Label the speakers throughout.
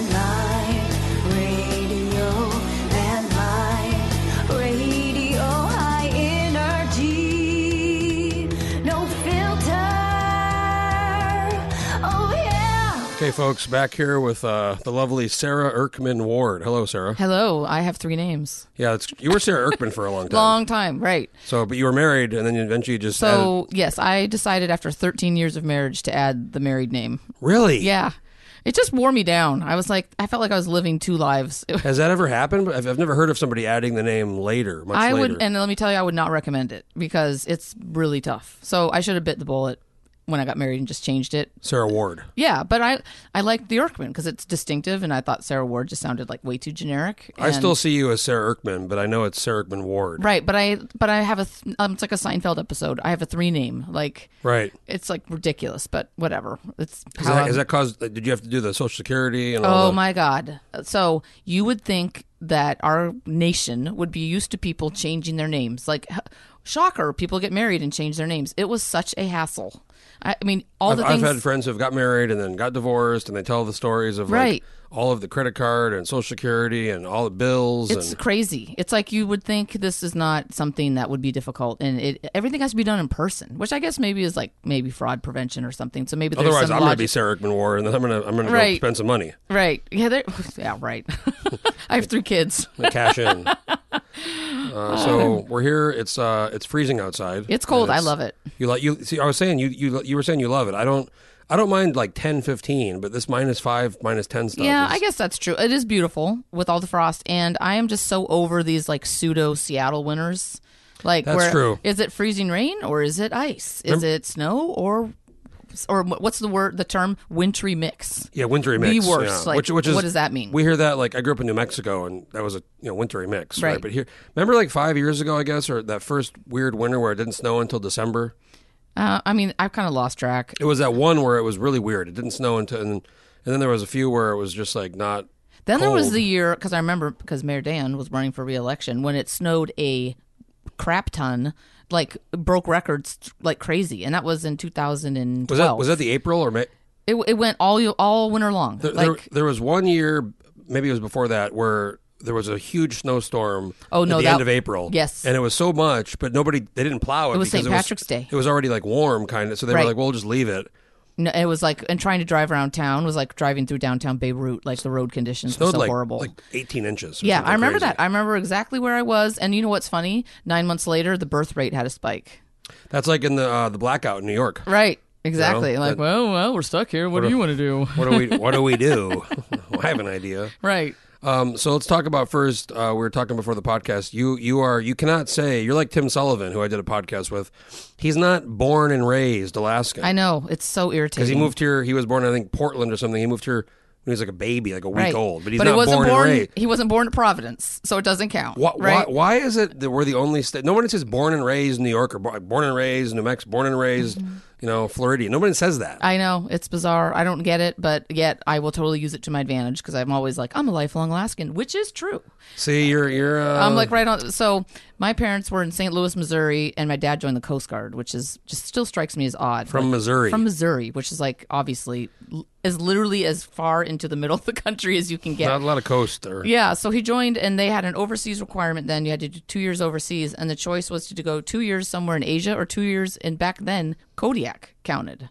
Speaker 1: Landline radio, landline radio, high energy, no filter. Oh yeah,
Speaker 2: Okay, folks, back here with uh, the lovely Sarah Erkman Ward. Hello, Sarah.
Speaker 3: Hello, I have three names.
Speaker 2: Yeah, it's, you were Sarah Erkman for a long time.
Speaker 3: Long time, right.
Speaker 2: So, but you were married, and then you eventually just added-
Speaker 3: So, yes, I decided after 13 years of marriage to add the married name.
Speaker 2: really,
Speaker 3: Yeah. It just wore me down. I was like, I felt like I was living two lives.
Speaker 2: Has that ever happened? I've, I've never heard of somebody adding the name later, much
Speaker 3: I
Speaker 2: later.
Speaker 3: would, and let me tell you, I would not recommend it because it's really tough. So, I should have bit the bullet when I got married and just changed it.
Speaker 2: Sarah Ward.
Speaker 3: Yeah, but I I liked the Erkman because it's distinctive, and I thought Sarah Ward just sounded like way too generic.
Speaker 2: I
Speaker 3: and-
Speaker 2: still see you as Sarah Erkman, but I know it's Sarah Erkman Ward.
Speaker 3: right, but I but I have a th- um, it's like a Seinfeld episode. I have a three name like.
Speaker 2: Right.
Speaker 3: it's like ridiculous, but whatever. It's
Speaker 2: Has
Speaker 3: how
Speaker 2: that,
Speaker 3: I'm-
Speaker 2: has that caused? Did you have to do the Social Security and all
Speaker 3: oh
Speaker 2: that?
Speaker 3: my god. So you would think that our nation would be used to people changing their names. Like h- shocker, people get married and change their names. It was such a hassle. I, I mean, all
Speaker 2: I've,
Speaker 3: the
Speaker 2: I've
Speaker 3: things
Speaker 2: had friends who've got married and then got divorced, and they tell the stories of
Speaker 3: Right.
Speaker 2: like all of the credit card and Social Security and all the bills.
Speaker 3: it's
Speaker 2: and
Speaker 3: crazy. It's like you would think this is not something that would be difficult, and it everything has to be done in person, which I guess maybe is like maybe fraud prevention or something. So maybe there's
Speaker 2: Otherwise,
Speaker 3: some
Speaker 2: I'm going to
Speaker 3: logic.
Speaker 2: be Sarah Erkman Ward, and then I'm going to I'm going to go
Speaker 3: Right.
Speaker 2: spend some money,
Speaker 3: right? Yeah, there- yeah, right. I have three kids.
Speaker 2: and cash in. Uh, so we're here. It's uh, it's freezing outside.
Speaker 3: It's cold.
Speaker 2: and
Speaker 3: I love it.
Speaker 2: You like you see? I was saying you you you were saying you love it. I don't I don't mind like 10, 15, but this minus five, minus ten stuff.
Speaker 3: Yeah,
Speaker 2: is-
Speaker 3: I guess that's true. It is beautiful with all the frost, and I am just so over these like pseudo Seattle winters. Like,
Speaker 2: That's
Speaker 3: where,
Speaker 2: true.
Speaker 3: Is it freezing rain or is it ice? Is
Speaker 2: Remem-
Speaker 3: it snow or or wh- what's the word? The term wintry mix.
Speaker 2: Yeah, wintry
Speaker 3: The
Speaker 2: mix.
Speaker 3: worst,
Speaker 2: yeah.
Speaker 3: like, what does that mean?
Speaker 2: We hear that like I grew up in New Mexico and that was a you know wintry mix, right?
Speaker 3: Right.
Speaker 2: But here, remember like five years ago, I guess, or that first weird winter where it didn't snow until December.
Speaker 3: Uh, I mean, I've kind of lost track.
Speaker 2: It was that one where it was really weird. It didn't snow until and, and then there was a few where it was just like not.
Speaker 3: Then there was
Speaker 2: cold.
Speaker 3: the year because I remember because Mayor Dan was running for reelection when it snowed a crap ton, like broke records like crazy, and that was in 2012.
Speaker 2: Was that was that the April or May?
Speaker 3: it, it went all all winter long.
Speaker 2: There,
Speaker 3: like
Speaker 2: there, there was one year, maybe it was before that, where there was a huge snowstorm.
Speaker 3: Oh,
Speaker 2: at
Speaker 3: no,
Speaker 2: the
Speaker 3: that-
Speaker 2: end of April.
Speaker 3: yes.
Speaker 2: and it was so much, but nobody they didn't plow it.
Speaker 3: It was
Speaker 2: because
Speaker 3: St. Patrick's Day.
Speaker 2: It was already like warm, kind of. So they
Speaker 3: Right.
Speaker 2: were like, "We'll just leave it."
Speaker 3: No, it was like and trying to drive around town was like driving through downtown Beirut. Like the road conditions
Speaker 2: Snowed
Speaker 3: were so
Speaker 2: like,
Speaker 3: horrible.
Speaker 2: like 18 inches. or
Speaker 3: yeah,
Speaker 2: something
Speaker 3: I remember
Speaker 2: crazy.
Speaker 3: that. I remember exactly where I was. And you know what's funny? Nine months later, the birth rate had a spike.
Speaker 2: That's like in the uh, the blackout in New York.
Speaker 3: Right. Exactly.
Speaker 2: Well,
Speaker 3: like,
Speaker 2: that-
Speaker 3: well, well, we're stuck here. What, do you want to do?
Speaker 2: What do we What do we do? I have an idea.
Speaker 3: Right.
Speaker 2: Um, so let's talk about first. Uh, we were talking before the podcast. You you are you cannot say you're like Tim Sullivan, who I did a podcast with. He's not born and raised Alaska.
Speaker 3: I know. It's so
Speaker 2: Because
Speaker 3: irritating.
Speaker 2: he moved here, he was born I think Portland or something. He moved here when he was like a baby, like a week
Speaker 3: right.
Speaker 2: old. But he's
Speaker 3: he
Speaker 2: not
Speaker 3: wasn't
Speaker 2: born,
Speaker 3: born,
Speaker 2: and raised.
Speaker 3: he wasn't born at Providence, so it doesn't count.
Speaker 2: Why,
Speaker 3: right?
Speaker 2: why, why is it that we're the only state? Nobody says born and raised New York or bo- born and raised New Mexico, born and raised, you know, Floridian. Nobody says that.
Speaker 3: Mm-hmm. I know it's bizarre. I don't get it, but yet I will totally use it to my advantage because I'm always like, I'm a lifelong Alaskan, which is true.
Speaker 2: See, you're you're. Uh,
Speaker 3: I'm like right on. So my parents were in St. Louis, Missouri, and my dad joined the Coast Guard, which is just still strikes me as odd.
Speaker 2: From
Speaker 3: Like,
Speaker 2: Missouri.
Speaker 3: from Missouri, which is like obviously l- as literally as far into the middle of the country as you can get.
Speaker 2: not a lot of coast there.
Speaker 3: yeah, so he joined, and they had an overseas requirement. Then you had to do two years overseas, and the choice was to go two years somewhere in Asia or two years. And back then, Kodiak counted.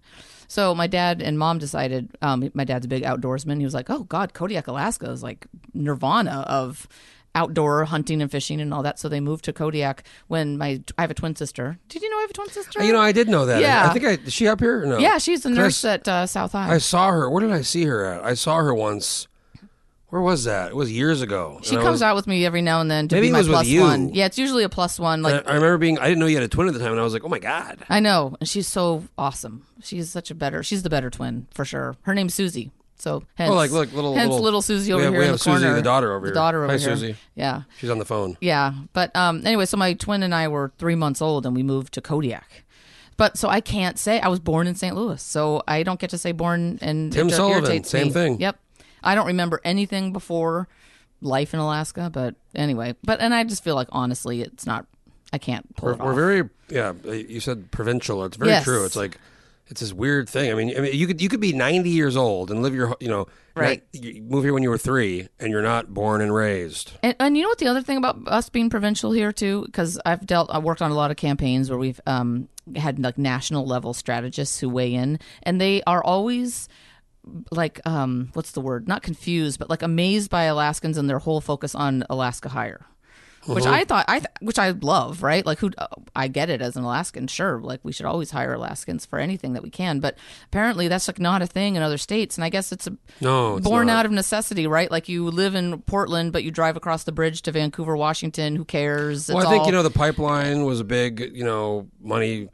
Speaker 3: So my dad and mom decided. Um, my dad's a big outdoorsman. He was like, "Oh God, Kodiak, Alaska is like nirvana of outdoor hunting and fishing and all that." So they moved to Kodiak. When my I have a twin sister. Did you know I have a twin sister?
Speaker 2: You know, I did know that. I
Speaker 3: Yeah.
Speaker 2: think I is she up here. Or no.
Speaker 3: yeah, she's a
Speaker 2: 'Cause I
Speaker 3: nurse
Speaker 2: s-
Speaker 3: at uh, South High.
Speaker 2: I saw her. Where did I see her at? I saw her once. Where was that? It was years ago.
Speaker 3: She
Speaker 2: And I
Speaker 3: comes
Speaker 2: was-
Speaker 3: out with me every now and then to
Speaker 2: uh, Maybe
Speaker 3: be
Speaker 2: it
Speaker 3: my
Speaker 2: was with
Speaker 3: plus
Speaker 2: you.
Speaker 3: one. Yeah, it's usually a plus one.
Speaker 2: I,
Speaker 3: Like
Speaker 2: I remember being. I didn't know you had a twin at the time, and I was like, oh my god.
Speaker 3: I know, and she's so awesome. She's such a better. She's the better twin for sure. Her name's Susie. So hence,
Speaker 2: Oh, like, look, little-
Speaker 3: hence
Speaker 2: little-
Speaker 3: little Susie
Speaker 2: we
Speaker 3: over
Speaker 2: have-
Speaker 3: here
Speaker 2: we
Speaker 3: in
Speaker 2: have
Speaker 3: the
Speaker 2: Susie,
Speaker 3: corner.
Speaker 2: the daughter, over
Speaker 3: the
Speaker 2: here.
Speaker 3: daughter over
Speaker 2: Hi,
Speaker 3: here.
Speaker 2: Susie.
Speaker 3: Yeah,
Speaker 2: She's on the phone.
Speaker 3: yeah. But um, anyway, so my twin and I were three months old, and we moved to Kodiak. But so I can't say I was born in St. Louis, so I don't get to say born. And
Speaker 2: Tim
Speaker 3: it ir-
Speaker 2: Sullivan,
Speaker 3: irritates
Speaker 2: same
Speaker 3: me.
Speaker 2: thing.
Speaker 3: Yep. I don't remember anything before life in Alaska, but anyway, but and I just feel like honestly, it's not. I can't pull
Speaker 2: We're,
Speaker 3: it
Speaker 2: we're
Speaker 3: off.
Speaker 2: very yeah. You said provincial. It's very
Speaker 3: Yes.
Speaker 2: true. It's like It's this weird thing. I mean, I mean, you could you could be 90 years old and live your wh- you know
Speaker 3: Right.
Speaker 2: not- you move here when you were three and you're not born and raised.
Speaker 3: And, and you know what the other thing about us being provincial here too, because I've dealt, I worked on a lot of campaigns where we've um, had like national level strategists who weigh in, and they are always like, um, what's the word? Not confused, but like amazed by Alaskans and their whole focus on Alaska Hire. Which I thought, I th- which I love, right? Like, who uh, I get it as an Alaskan, sure. Like, we should always hire Alaskans for anything that we can, but apparently that's like not a thing in other states, and I guess it's a
Speaker 2: No, it's
Speaker 3: born
Speaker 2: not.
Speaker 3: out of necessity, right? Like you live in Portland, but you drive across the bridge to Vancouver, Washington. Who cares? It's
Speaker 2: Well, I think
Speaker 3: all-
Speaker 2: you know the pipeline was a big you know money. A lot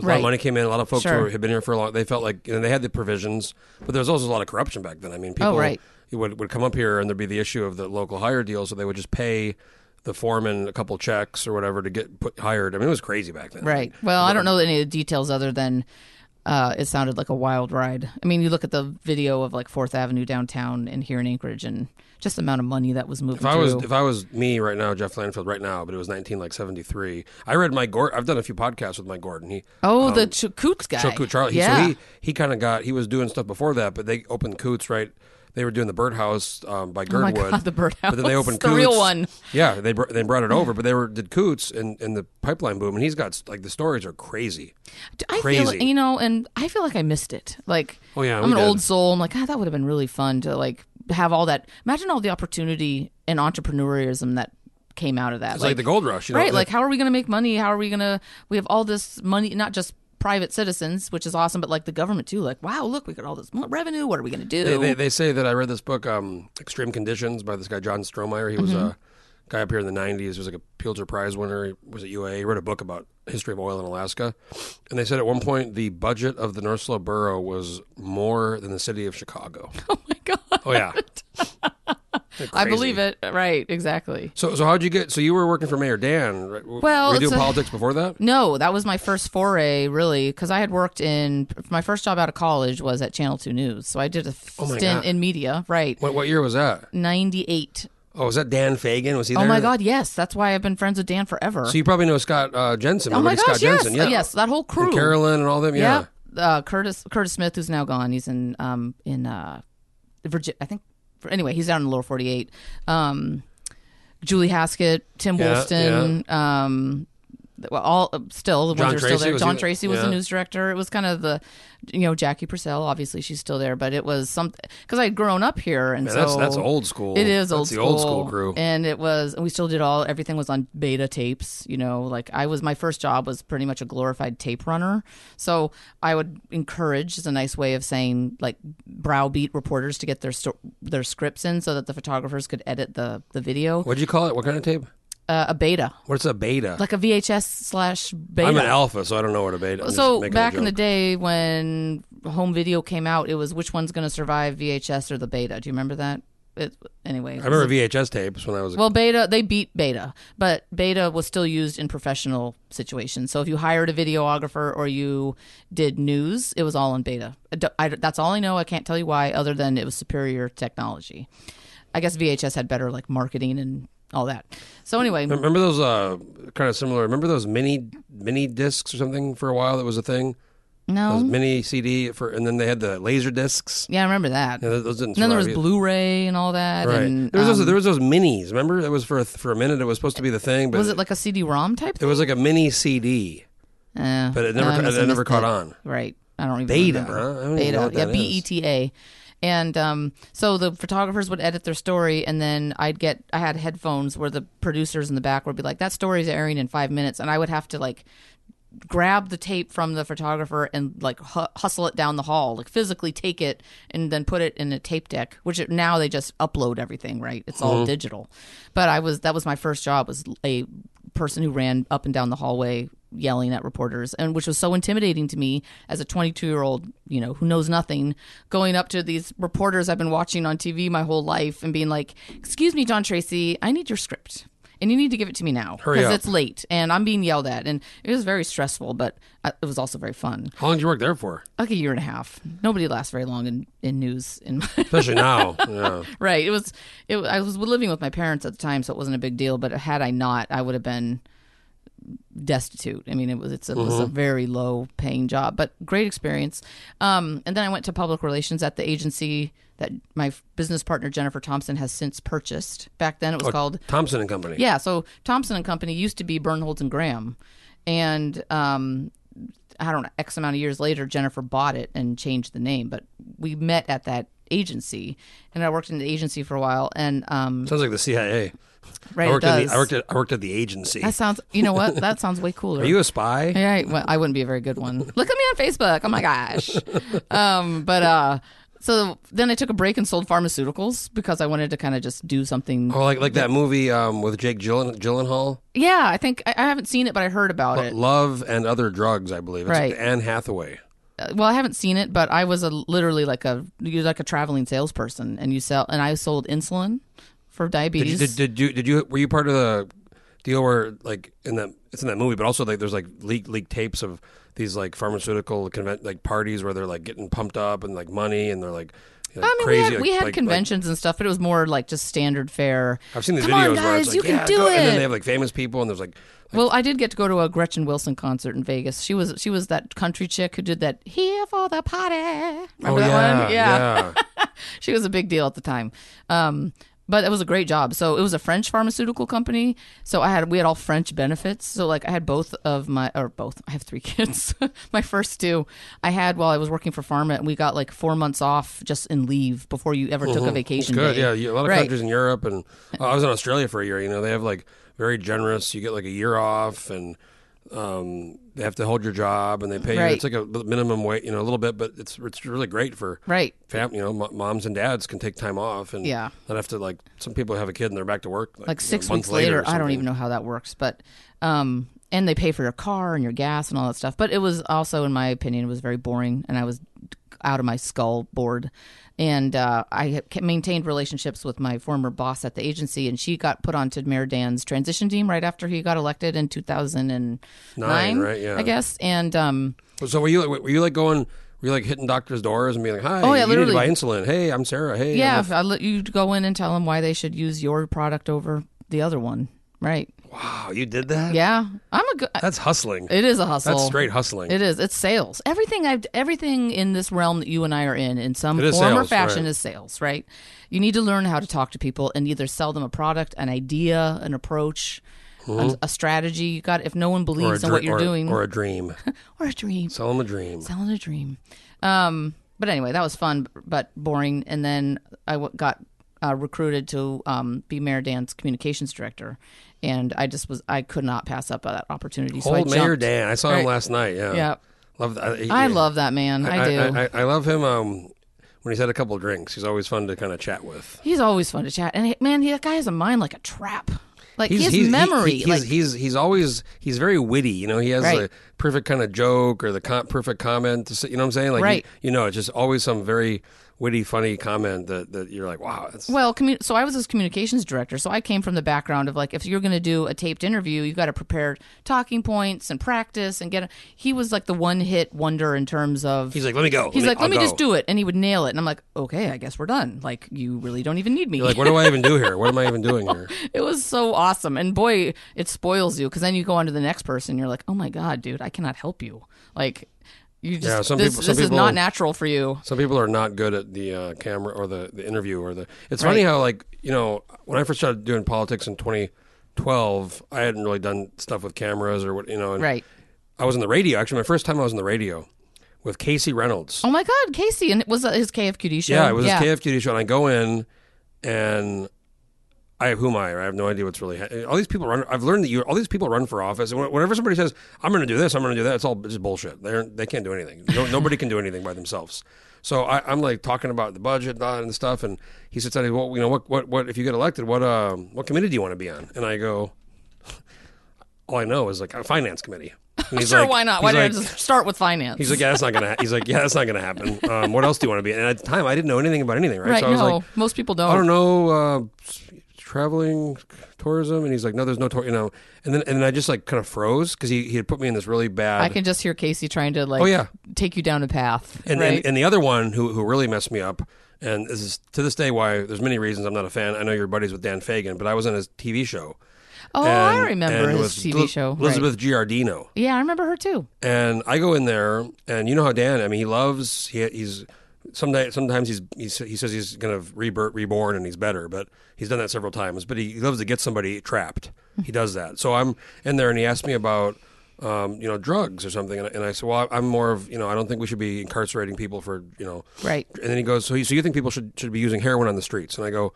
Speaker 2: of
Speaker 3: Right.
Speaker 2: money came in. A lot of folks
Speaker 3: Sure.
Speaker 2: who had been here for a long. They felt like you know, they had the provisions, but there was also a lot of corruption back then. I mean, people
Speaker 3: Oh, right.
Speaker 2: would would come up here and there'd be the issue of the local hire deal, so they would just pay the foreman a couple checks or whatever to get put hired. I mean, it was crazy back then.
Speaker 3: right. Well, I don't know any of the details other than uh, it sounded like a wild ride. I mean, you look at the video of like Fourth Avenue downtown and here in Anchorage, and just the amount of money that was moving
Speaker 2: If I
Speaker 3: through.
Speaker 2: was if I was me right now, Jeff Lanfield right now, but it was nineteen like seventy three. I read Mike Gordon. I've done a few podcasts with Mike Gordon. He
Speaker 3: oh, the Ch- Coots guy.
Speaker 2: Choku Charlie. He-
Speaker 3: Yeah.
Speaker 2: So he, he kind of got he was doing stuff before that, but they opened Coots right. They were doing the Birdhouse um, by
Speaker 3: Oh my
Speaker 2: Girdwood.
Speaker 3: God, the Birdhouse.
Speaker 2: But then they opened
Speaker 3: The
Speaker 2: Coots.
Speaker 3: real one.
Speaker 2: Yeah, they br- they brought it over, but they were did Coots and, and the pipeline boom, and he's got like the stories are crazy.
Speaker 3: I
Speaker 2: Crazy.
Speaker 3: feel you know, and I feel like I missed it. Like,
Speaker 2: Oh, yeah,
Speaker 3: I'm
Speaker 2: we
Speaker 3: an
Speaker 2: did.
Speaker 3: old soul. I'm like, ah, that would have been really fun to like have all that. Imagine all the opportunity and entrepreneurism that came out of that.
Speaker 2: It's like, the gold rush, you know,
Speaker 3: right?
Speaker 2: that-
Speaker 3: like, how are we going to make money? How are we going to? We have all this money, not just private citizens, which is awesome, but like the government too. Like, wow, look, we got all this mo- revenue. What are we going to do?
Speaker 2: They,
Speaker 3: Oh
Speaker 2: they, they say that I read this book, um, Extreme Conditions, by this guy John Strohmeyer. He was
Speaker 3: Mm-hmm.
Speaker 2: a guy up here in the '90s. He was like a Pulitzer Prize winner. He was at UA. He wrote a book about history of oil in Alaska, and they said at one point the budget of the North Slope borough was more than the city of Chicago.
Speaker 3: oh my god,
Speaker 2: Oh yeah,
Speaker 3: I believe it. Right? Exactly.
Speaker 2: So, so how'd you get? So you were working for Mayor Dan. Right? W-
Speaker 3: Well,
Speaker 2: were you
Speaker 3: it's
Speaker 2: doing
Speaker 3: a-
Speaker 2: politics before that?
Speaker 3: No, that was my first foray, really, because I had worked in my first job out of college was at Channel Two News, so I did a f-
Speaker 2: Oh my
Speaker 3: stint
Speaker 2: God.
Speaker 3: in media, right?
Speaker 2: What, what year was that?
Speaker 3: Ninety eight.
Speaker 2: Oh, was that Dan Fagan? Was he?
Speaker 3: Oh
Speaker 2: there?
Speaker 3: my God, yes, that's why I've been friends with Dan forever.
Speaker 2: So you probably know Scott uh, Jensen.
Speaker 3: oh my
Speaker 2: Everybody
Speaker 3: gosh,
Speaker 2: Scott
Speaker 3: yes,
Speaker 2: Jensen. Yeah.
Speaker 3: yes, that whole crew.
Speaker 2: And Carolyn and all them. Yeah.
Speaker 3: Yep. Uh, Curtis Curtis Smith, who's now gone, he's in um in uh Virginia, I think. Anyway, he's down in the lower forty eight. Um, Julie Haskett, Tim
Speaker 2: Yeah,
Speaker 3: Woolston, um. th- Well, all uh, still the
Speaker 2: John
Speaker 3: ones who are still
Speaker 2: Tracy,
Speaker 3: there.
Speaker 2: was
Speaker 3: John
Speaker 2: he-
Speaker 3: Tracy was the
Speaker 2: yeah.
Speaker 3: news director. It was kind of the, you know, Jackie Purcell. Obviously, she's still there, but it was something because I had grown up here, and
Speaker 2: Man,
Speaker 3: so
Speaker 2: that's that's old school.
Speaker 3: it is
Speaker 2: That's
Speaker 3: old
Speaker 2: the
Speaker 3: school.
Speaker 2: old school crew.
Speaker 3: And it was, and we still did all, everything was on beta tapes, you know, like I was, my first job was pretty much a glorified tape runner. So I would encourage, is a nice way of saying like browbeat reporters to get their, sto- their scripts in so that the photographers could edit the, the video.
Speaker 2: What'd you call it? What kind of tape?
Speaker 3: Uh, a beta,
Speaker 2: What's a beta?
Speaker 3: like a VHS slash beta.
Speaker 2: I'm an alpha, so I don't know what a beta. I'm just
Speaker 3: so
Speaker 2: making a
Speaker 3: back in the
Speaker 2: joke.
Speaker 3: day when home video came out, it was which one's going to survive VHS or the beta. Do you remember that? It, anyway,
Speaker 2: I remember VHS tapes when I was. a
Speaker 3: well, beta they beat beta, but beta was still used in professional situations. So if you hired a videographer or you did news, it was all in beta. I don't- I- that's all I know. I can't tell you why, other than it was superior technology. I guess VHS had better like marketing and all that. So anyway,
Speaker 2: Remember those uh, kind of similar? Remember those mini mini discs or something for a while? That was a thing. Those
Speaker 3: no,
Speaker 2: mini CD for, and then they had the laser discs.
Speaker 3: yeah, I remember that.
Speaker 2: Yeah, those didn't.
Speaker 3: and then there was
Speaker 2: survive either.
Speaker 3: Blu-ray and all that.
Speaker 2: Right.
Speaker 3: And
Speaker 2: there was
Speaker 3: um,
Speaker 2: those, there was those minis. Remember, it was for a, for a minute. It was supposed to be the thing, but
Speaker 3: was it like a CD-ROM type?
Speaker 2: it
Speaker 3: Thing?
Speaker 2: was like a mini CD,
Speaker 3: Eh,
Speaker 2: but it never
Speaker 3: I
Speaker 2: ca-
Speaker 3: must have
Speaker 2: it never
Speaker 3: missed
Speaker 2: caught on.
Speaker 3: Right. I don't even
Speaker 2: Beta,
Speaker 3: remember.
Speaker 2: huh? I don't even
Speaker 3: Beta.
Speaker 2: know what
Speaker 3: yeah,
Speaker 2: that is.
Speaker 3: B E T A. And um, so the photographers would edit their story, and then I'd get I had headphones where the producers in the back would be like, "That story's airing in five minutes," and I would have to like grab the tape from the photographer and like hu- hustle it down the hall, like physically take it and then put it in a tape deck. Which it, now they just upload everything, right? It's
Speaker 2: Mm-hmm.
Speaker 3: all digital. But I was that was my first job was a person who ran up and down the hallway yelling at reporters, and which was so intimidating to me as a 22 year old, you know, who knows nothing, going up to these reporters I've been watching on TV my whole life and being like, "Excuse me, John Tracy, I need your script." And you need to give it to me now
Speaker 2: Hurry up.
Speaker 3: it's late and I'm being yelled at. And it was very stressful, but I- it was also very fun.
Speaker 2: How long did you work there for?
Speaker 3: Like a year and a half. Nobody lasts very long in, in news. In my,
Speaker 2: Especially now. Yeah.
Speaker 3: right. It was, it, I was living with my parents at the time, so it wasn't a big deal. But had I not, I would have been destitute. I mean, it was it's a, it was a very low paying job, but great experience. Um, and then I went to public relations at the agency that my f- business partner Jennifer Thompson has since purchased. Back then, it
Speaker 2: Oh,
Speaker 3: was called
Speaker 2: Thompson and Company.
Speaker 3: yeah. So Thompson and Company used to be Bernholz and Graham, and um, I don't know X amount of years later, Jennifer bought it and changed the name. But we met at that agency, and I worked in the agency for a while. And um,
Speaker 2: Sounds like the CIA.
Speaker 3: right,
Speaker 2: I
Speaker 3: it
Speaker 2: worked at
Speaker 3: does.
Speaker 2: the I worked at I worked at the agency.
Speaker 3: that sounds. You know what? That sounds way cooler.
Speaker 2: Are you a spy?
Speaker 3: Yeah, I- well, I wouldn't be a very good one. Look at me on Facebook. Oh my gosh. Um, but uh, so then I took a break and sold pharmaceuticals because I wanted to kind of just do something.
Speaker 2: Oh, like like that movie um, with Jake Gyllen- Gyllenhaal,
Speaker 3: Yeah, I think I, I haven't seen it, but I heard about it.
Speaker 2: Love and Other Drugs, I believe. It's
Speaker 3: Right.
Speaker 2: Anne Hathaway.
Speaker 3: Uh, Well, I haven't seen it, but I was a literally like a you're like a traveling salesperson, and you sell and I sold insulin
Speaker 2: Did
Speaker 3: for
Speaker 2: you,
Speaker 3: diabetes.
Speaker 2: did, did you did you were you part of the deal where like in that it's in that movie, but also like there's like leak leak tapes of these like pharmaceutical convent like parties where they're like getting pumped up and like money and they're like, you know,
Speaker 3: I mean,
Speaker 2: crazy.
Speaker 3: we had,
Speaker 2: like-
Speaker 3: we had
Speaker 2: like-
Speaker 3: conventions and stuff, but it was more like just standard fare.
Speaker 2: like- I've seen these
Speaker 3: Come
Speaker 2: videos
Speaker 3: on,
Speaker 2: where it's
Speaker 3: guys,
Speaker 2: like,
Speaker 3: you can
Speaker 2: yeah,
Speaker 3: do
Speaker 2: go-
Speaker 3: it.
Speaker 2: and then they have like famous people and there's like, like
Speaker 3: Well, I did get to go to a Gretchen Wilson concert in Vegas. She was she was that country chick who did that here for the party. Remember
Speaker 2: oh
Speaker 3: that
Speaker 2: yeah,
Speaker 3: one?
Speaker 2: yeah.
Speaker 3: she was a big deal at the time. Um, but it was a great job. So it was a French pharmaceutical company. So I had we had all French benefits. So like I had both of my or both. I have three kids. my first two I had while I was working for Pharma, and we got like four months off just in leave before you ever took a
Speaker 2: It's
Speaker 3: vacation.
Speaker 2: Oh, good.
Speaker 3: day.
Speaker 2: Yeah, you- a lot of
Speaker 3: Right.
Speaker 2: countries in Europe, and uh, I was in Australia for a year. You know, they have like very generous. You get like a year off, and um, they have to hold your job, and they pay.
Speaker 3: Right.
Speaker 2: You, it's like a minimum wage, you know, a little bit, but it's it's really great for
Speaker 3: Right.
Speaker 2: Fam, you know, mo- moms and dads can take time off, and
Speaker 3: Yeah.
Speaker 2: not have to like some people have a kid and they're back to work
Speaker 3: like
Speaker 2: you know,
Speaker 3: six
Speaker 2: a month
Speaker 3: weeks later.
Speaker 2: or
Speaker 3: I don't
Speaker 2: something.
Speaker 3: even know how that works, but um, and they pay for your car and your gas and all that stuff. But it was also, in my opinion, it was very boring, and I was out of my skull bored. And uh, I had ke- maintained relationships with my former boss at the agency, and she got put onto Mayor Dan's transition team right after he got elected in two thousand and
Speaker 2: Nine, right, yeah.
Speaker 3: I guess. And um,
Speaker 2: So were you like, were you like going? Were you like hitting doctors' doors and being like, "Hi,
Speaker 3: Oh, yeah,
Speaker 2: you need to
Speaker 3: literally.
Speaker 2: buy insulin. Hey, I'm Sarah. Hey, I'm
Speaker 3: yeah,
Speaker 2: a
Speaker 3: if I let you go in and tell them why they should use your product over the other one, right?
Speaker 2: wow, you did that.
Speaker 3: Yeah, I'm a good.
Speaker 2: that's hustling.
Speaker 3: It is a hustle.
Speaker 2: that's straight hustling.
Speaker 3: It is. It's sales. Everything I've everything in this realm that you and I are in, in some
Speaker 2: It
Speaker 3: form
Speaker 2: is
Speaker 3: or
Speaker 2: sales,
Speaker 3: fashion,
Speaker 2: right.
Speaker 3: is sales. Right. You need to learn how to talk to people and either sell them a product, an idea, an approach, a, a strategy. You got if no one
Speaker 2: Hmm. or a
Speaker 3: believes in
Speaker 2: dre-
Speaker 3: what you're
Speaker 2: or-
Speaker 3: doing,
Speaker 2: or a dream.
Speaker 3: or a dream,
Speaker 2: Sell them a dream.
Speaker 3: selling a dream. Um, but anyway, that was fun but boring. And then I w- got uh, recruited to um, be Mayor Dan's communications director, and I just was I could not pass up that opportunity. so I
Speaker 2: Old Mayor
Speaker 3: jumped.
Speaker 2: Dan. I saw him
Speaker 3: Right.
Speaker 2: last night. Yeah.
Speaker 3: Yeah.
Speaker 2: Love that. he-
Speaker 3: I
Speaker 2: he-
Speaker 3: love that man. I, do.
Speaker 2: I, I love him um, when he's had a couple drinks. He's always fun to kind of chat with.
Speaker 3: He's always fun to chat, and he- man, he, that guy has a mind like a trap. Like
Speaker 2: He's,
Speaker 3: his
Speaker 2: he's- he-
Speaker 3: memory,
Speaker 2: he- he's,
Speaker 3: like
Speaker 2: he's he's always he's very witty. You know, he has
Speaker 3: Right.
Speaker 2: the perfect kind of joke or the com- perfect comment. To say, you know what I'm saying? Like,
Speaker 3: Right.
Speaker 2: You, you know, it's just always some very witty, funny comment that, that you're like, wow. That's,
Speaker 3: well, commu- so I was his communications director, so I came from the background of like if you're going to do a taped interview, you've got to prepare talking points and practice and get. A- he was like the one hit wonder in terms of
Speaker 2: he's like, let me go.
Speaker 3: he's like let me
Speaker 2: I'll
Speaker 3: just
Speaker 2: go."
Speaker 3: do it, and he would nail it, and I'm like okay, I guess we're done. Like you really don't even need me.
Speaker 2: You're like, what do I even do here? What am I even doing here?
Speaker 3: It was so awesome. And boy, it spoils you because then you go on to the next person. You're like, oh my God, dude, I cannot help you. Like, you just,
Speaker 2: Yeah, some
Speaker 3: this,
Speaker 2: people- some
Speaker 3: this is
Speaker 2: people-
Speaker 3: not natural for you.
Speaker 2: Some people are not good at the uh, camera or the, the interview or the. It's funny
Speaker 3: Right.
Speaker 2: how like you know when I first started doing politics in 2012, I hadn't really done stuff with cameras or what you know. And
Speaker 3: Right.
Speaker 2: I was in the radio. Actually, my first time I was in the radio with Casey Reynolds.
Speaker 3: Oh my God, Casey. And it was that his KFQD show.
Speaker 2: yeah, it was his KFQD show, and I go in and. I who am I? I have no idea what's really. Ha- all these people run. I've learned that you. All these people run for office, and wh- whenever somebody says, "I'm going to do this," "I'm going to do that," it's all just bullshit. They aren't- they can't do anything. No, nobody can do anything by themselves. So I, I'm like talking about the budget blah, and stuff, and he sits down. and he, Well, you know what? What? What? If you get elected, what? Um, what committee do you want to be on? And I go, all I know is like a finance committee. And he's
Speaker 3: Sure,
Speaker 2: like-
Speaker 3: why not?
Speaker 2: he's
Speaker 3: Why
Speaker 2: like-
Speaker 3: did I just start with finance?
Speaker 2: He's like, yeah, that's not gonna. Ha-. He's like, yeah, that's not gonna happen. Um, what else do you want to be? And at the time, I didn't know anything about anything, right?
Speaker 3: right,
Speaker 2: so I was
Speaker 3: no,
Speaker 2: like,
Speaker 3: most people don't.
Speaker 2: I don't know, uh, traveling, tourism. And he's like, no, there's no tour, you know. And then and then I just like kind of froze because he, he had put me in this really bad.
Speaker 3: I can just hear Casey trying to like
Speaker 2: Oh, yeah.
Speaker 3: take you down a path.
Speaker 2: and,
Speaker 3: right?
Speaker 2: and and the other one who who really messed me up, and this is to this day why there's many reasons I'm not a fan. I know you're buddies with Dan Fagan, but I was on his TV show.
Speaker 3: Oh, I
Speaker 2: and-
Speaker 3: remember
Speaker 2: and
Speaker 3: his
Speaker 2: with
Speaker 3: TV
Speaker 2: Li-
Speaker 3: show. Right.
Speaker 2: Elizabeth Giardino.
Speaker 3: Yeah, I remember her too.
Speaker 2: And I go in there, and you know how Dan. I mean, he loves. He, he's sometimes sometimes he's, he's he says he's gonna rebirth, reborn, and he's better. But he's done that several times. But he, he loves to get somebody trapped. he does that. So I'm in there, and he asked me about. Um, you know, drugs or something, and, I- and I said, "Well, I'm more of you know, I don't think we should be incarcerating people for you know,
Speaker 3: Right.
Speaker 2: and then he goes, "So you, so you think people should should be using heroin on the streets?" And I go,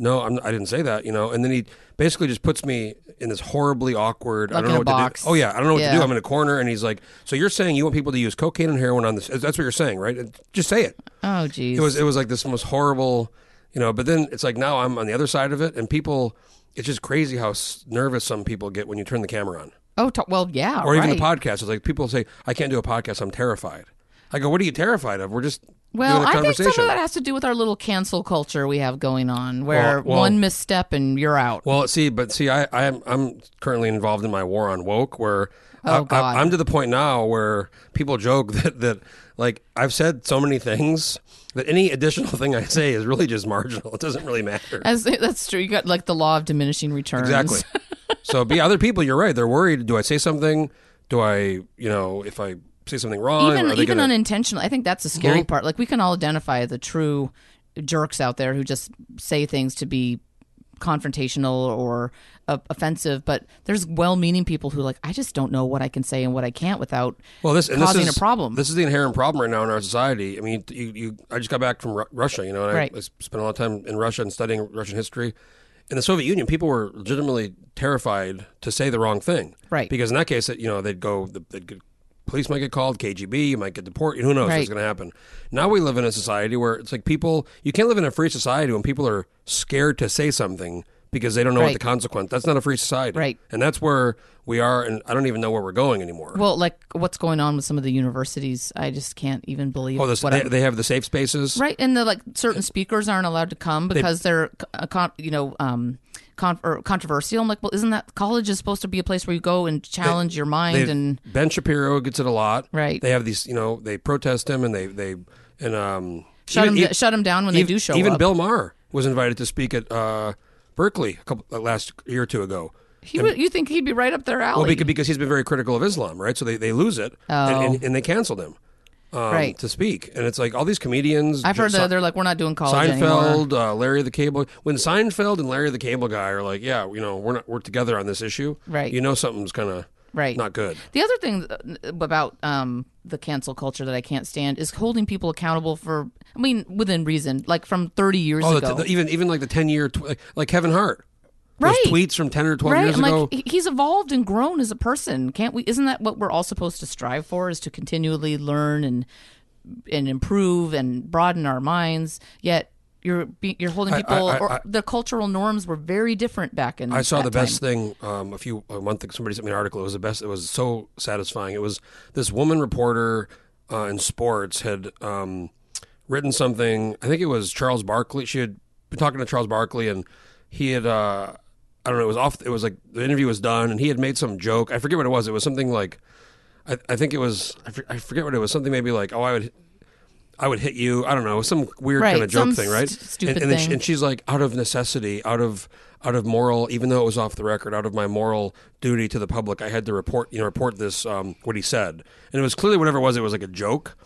Speaker 2: "No, I'm, I didn't say that." You know. And then he basically just puts me in this horribly awkward. I
Speaker 3: Like
Speaker 2: don't
Speaker 3: in
Speaker 2: know
Speaker 3: a
Speaker 2: what
Speaker 3: box.
Speaker 2: to do. Oh yeah, I don't know what to
Speaker 3: Yeah.
Speaker 2: do. I'm in a corner, and he's like, "So you're saying you want people to use cocaine and heroin on this? That's what you're saying, right? Just say it."
Speaker 3: Oh, geez.
Speaker 2: It was it was like this most horrible, you know. But then it's like now I'm on the other side of it, and people. It's just crazy how s- nervous some people get when you turn the camera on,
Speaker 3: oh, to- well, yeah.
Speaker 2: or even
Speaker 3: right.
Speaker 2: the podcast. It's like people say, "I can't do a podcast. I'm terrified." I go, "What are you terrified of? We're just
Speaker 3: Well,
Speaker 2: doing a
Speaker 3: I think some
Speaker 2: conversation."
Speaker 3: of that has to do with our little cancel culture we have going on, where
Speaker 2: Well- well-
Speaker 3: one misstep and you're out.
Speaker 2: Well, see, but see, I, I'm I'm currently involved in my war on woke, where
Speaker 3: Oh,
Speaker 2: I,
Speaker 3: God.
Speaker 2: I, am to the point now where people joke that that like I've said so many things that any additional thing I say is really just marginal. It doesn't really matter.
Speaker 3: As that's true. You got like the law of diminishing returns.
Speaker 2: Exactly. so, be other people. You're right. They're worried. Do I say something? Do I, you know, if I say something wrong,
Speaker 3: even
Speaker 2: are they
Speaker 3: even
Speaker 2: gonna,
Speaker 3: unintentional. I think that's the scary
Speaker 2: Mhm.
Speaker 3: part. Like we can all identify the true jerks out there who just say things to be confrontational or uh, offensive. But there's well-meaning people who like I just don't know what I can say and what I can't without.
Speaker 2: well, this, and
Speaker 3: causing
Speaker 2: this is,
Speaker 3: a problem.
Speaker 2: This is the inherent problem right now in our society. I mean, you, you I just got back from Ru- Russia, you know, and
Speaker 3: Right.
Speaker 2: I, I spent a lot of time in Russia and studying Russian history. In the Soviet Union, people were legitimately terrified to say the wrong thing,
Speaker 3: Right.
Speaker 2: Because in that case, it, you know, they'd go, the, they'd get, police might get called, KGB, you might get deported. Who knows
Speaker 3: Right.
Speaker 2: what's going to happen? Now we live in a society where it's like people, you can't live in a free society when people are scared to say something because they don't know
Speaker 3: Right.
Speaker 2: what the consequence. That's not a free society,
Speaker 3: Right.
Speaker 2: And that's where we are, and I don't even know where we're going anymore.
Speaker 3: Well, like what's going on with some of the universities, I just can't even believe.
Speaker 2: Oh, this,
Speaker 3: what
Speaker 2: they,
Speaker 3: I'm-
Speaker 2: they have the safe spaces.
Speaker 3: Right, and the like certain speakers aren't allowed to come because they, are uh, con- you know um con- or controversial. I'm like, well, isn't that college is supposed to be a place where you go and challenge your mind
Speaker 2: They-
Speaker 3: and
Speaker 2: Ben Shapiro gets it a lot.
Speaker 3: Right.
Speaker 2: They have these, you know, they protest him and they they and um
Speaker 3: shut
Speaker 2: even-
Speaker 3: them
Speaker 2: e-
Speaker 3: shut them down when
Speaker 2: even,
Speaker 3: they do show
Speaker 2: even
Speaker 3: up?
Speaker 2: Bill Maher was invited to speak at uh, Berkeley a couple uh, last year or two ago.
Speaker 3: he would, you think he'd be right up their alley?
Speaker 2: Well, because, because he's been very critical of Islam, right? So they, they lose it and, and, and they canceled him um,
Speaker 3: Oh. Right.
Speaker 2: to speak. And it's like all these comedians.
Speaker 3: I've heard
Speaker 2: Sa-
Speaker 3: that they're like, we're not doing college anymore.
Speaker 2: Seinfeld, uh, Larry the Cable. When Seinfeld and Larry the Cable Guy are like, yeah, you know, we're not we're together on this issue.
Speaker 3: Right.
Speaker 2: You know, something's kind of
Speaker 3: Right.
Speaker 2: not good.
Speaker 3: The other thing uh, about um, the cancel culture that I can't stand is holding people accountable for, I mean, within reason, like from 30 years
Speaker 2: Oh,
Speaker 3: ago.
Speaker 2: the, the, even even like the ten year tw- like, like Kevin Hart,
Speaker 3: Right.
Speaker 2: Those tweets from ten or twelve
Speaker 3: right
Speaker 2: years
Speaker 3: i'm
Speaker 2: ago.
Speaker 3: like he- he's evolved and grown as a person can't we isn't that what we're all supposed to strive for is to continually learn and and improve and broaden our minds yet you're be, you're holding people
Speaker 2: I-
Speaker 3: or
Speaker 2: I-
Speaker 3: the cultural norms were very different back in
Speaker 2: I saw the
Speaker 3: that time.
Speaker 2: best thing um, a few a month ago. Somebody sent me an article. It was the best. It was so satisfying. It was this woman reporter uh, in sports had um, written something. I think it was Charles Barkley. She had been talking to Charles Barkley, and he had uh, I don't know. It was off. It was like the interview was done, and he had made some joke. I forget what it was. It was something like I, I think it was I, for, I forget what it was. Something maybe like oh I would. I would hit you. I don't know some weird
Speaker 3: Right,
Speaker 2: kind of joke
Speaker 3: some
Speaker 2: thing, right?
Speaker 3: st- stupid
Speaker 2: and, and then
Speaker 3: thing.
Speaker 2: She, and she's like, out of necessity, out of out of moral, even though it was off the record, out of my moral duty to the public, I had to report, you know, report this um, what he said, and it was clearly whatever it was, it was like a joke.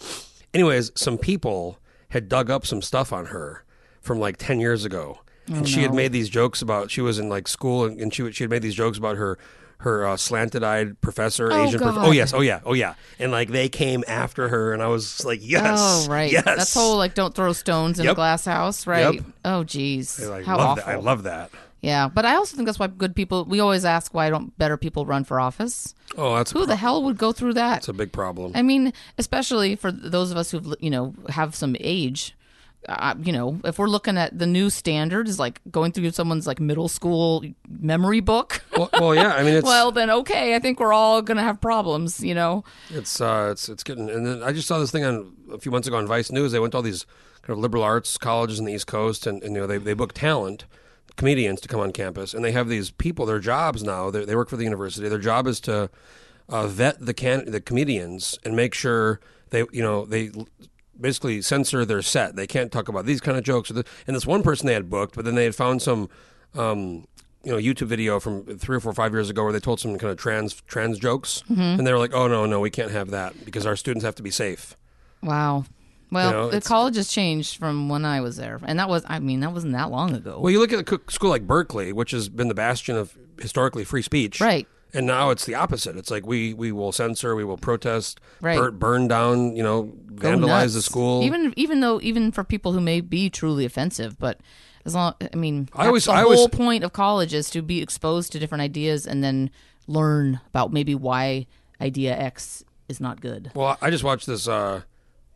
Speaker 2: Anyways, some people had dug up some stuff on her from like ten years ago,
Speaker 3: Oh,
Speaker 2: and she had made these jokes about she was in like school, and, and she would- she had made these jokes about her. Her uh, slanted-eyed professor,
Speaker 3: Oh,
Speaker 2: Asian. Prof-
Speaker 3: God.
Speaker 2: oh yes, oh yeah, oh yeah. And like they came after her, and I was like, yes,
Speaker 3: oh right
Speaker 2: yes.
Speaker 3: that's whole like don't throw stones in a
Speaker 2: Yep.
Speaker 3: glass house right
Speaker 2: Yep.
Speaker 3: oh geez
Speaker 2: I
Speaker 3: how
Speaker 2: love
Speaker 3: awful
Speaker 2: that. I love that.
Speaker 3: yeah but i also think that's why good people we always ask why don't better people run for office
Speaker 2: Oh, that's a
Speaker 3: who
Speaker 2: pro-
Speaker 3: the hell would go through that
Speaker 2: that's a big problem.
Speaker 3: I mean, especially for those of us who've you know have some age. Uh, you know, if we're looking at the new standard is like going through someone's like middle school memory book.
Speaker 2: well, well, yeah. I mean, it's
Speaker 3: well, then okay, I think we're all gonna have problems. You know,
Speaker 2: it's uh, it's it's getting. And then I just saw this thing on a few months ago on Vice News. They went to all these kind of liberal arts colleges in the East Coast, and, and you know they they book talent comedians to come on campus, and they have these people. Their jobs now they they work for the university. Their job is to uh, vet the can the comedians and make sure they you know they l- basically censor their set. They can't talk about these kind of jokes. or the- And this one person they had booked, but then they had found some. Um, you know YouTube video from three or four five years ago where they told some kind of trans trans jokes,
Speaker 3: Mm-hmm.
Speaker 2: and they were like, "Oh no, no, we can't have that because our students have to be safe."
Speaker 3: Wow. Well,
Speaker 2: know,
Speaker 3: the
Speaker 2: it's-
Speaker 3: college has changed from when I was there, and that was—I mean, that wasn't that long ago.
Speaker 2: Well, you look at a co- school like Berkeley, which has been the bastion of historically free speech,
Speaker 3: Right.
Speaker 2: And now it's the opposite. It's like we we will censor, we will protest,
Speaker 3: Right.
Speaker 2: burn, burn down, you know,
Speaker 3: Go
Speaker 2: vandalize the
Speaker 3: Oh, nuts.
Speaker 2: school.
Speaker 3: Even even though even for people who may be truly offensive, but as long I mean,
Speaker 2: I
Speaker 3: that's
Speaker 2: always-
Speaker 3: the
Speaker 2: I
Speaker 3: whole
Speaker 2: always-
Speaker 3: point of college is to be exposed to different ideas and then learn about maybe why idea X is not good.
Speaker 2: well, I just watched this uh,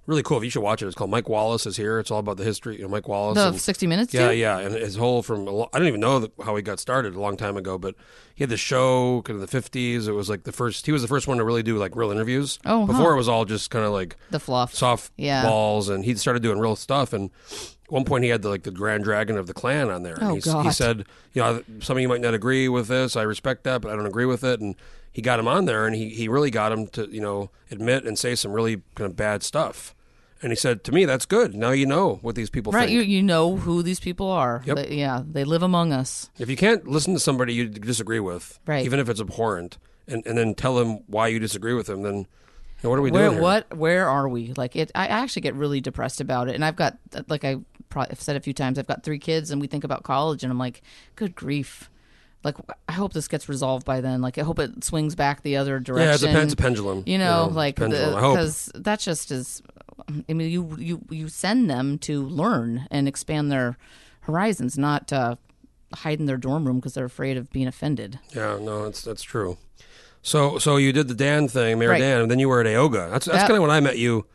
Speaker 2: really cool. You should watch it. It's called Mike Wallace is here. It's all about the history. You know, Mike Wallace.
Speaker 3: The
Speaker 2: and-
Speaker 3: sixty minutes.
Speaker 2: Yeah,
Speaker 3: dude?
Speaker 2: yeah, and his whole from a lo- I don't even know th- how he got started a long time ago, but he had the show kind of the fifties. It was like the first he was the first one to really do like real interviews.
Speaker 3: Oh, huh.
Speaker 2: before it was all just kind of like
Speaker 3: The fluff.
Speaker 2: soft
Speaker 3: Yeah.
Speaker 2: balls, and he started doing real stuff. And at one point, he had the, like the Grand Dragon of the Klan on there.
Speaker 3: Oh,
Speaker 2: and he, s- he
Speaker 3: God.
Speaker 2: said, "You know, some of you might not agree with this. I respect that, but I don't agree with it." And he got him on there, and he he really got him to you know admit and say some really kind of bad stuff. And he said to me, "That's good. Now you know what these people think."
Speaker 3: Right, you you know who these people are.
Speaker 2: Yep.
Speaker 3: They- yeah, they live among us.
Speaker 2: If you can't listen to somebody you disagree with,
Speaker 3: Right.
Speaker 2: even if it's abhorrent, and, and then tell them why you disagree with them, then you know, what are we
Speaker 3: Where
Speaker 2: doing? here?
Speaker 3: what where are we? Like it, I actually get really depressed about it, and I've got like I probably have said a few times, I've got three kids, and we think about college, and I'm like, good grief. Like I hope this gets resolved by then. Like I hope it swings back the other direction.
Speaker 2: Yeah, it's a, pen- it's a pendulum.
Speaker 3: You know, like
Speaker 2: it's a pendulum. I hope.
Speaker 3: because that just is. I mean, you you you send them to learn and expand their horizons, not uh, hide in their dorm room because they're afraid of being offended.
Speaker 2: Yeah, no, it's that's true. So so you did the Dan thing, Mayor
Speaker 3: Right.
Speaker 2: Dan, and then you were at Aoga. That's that's
Speaker 3: That-
Speaker 2: kind of when I met you.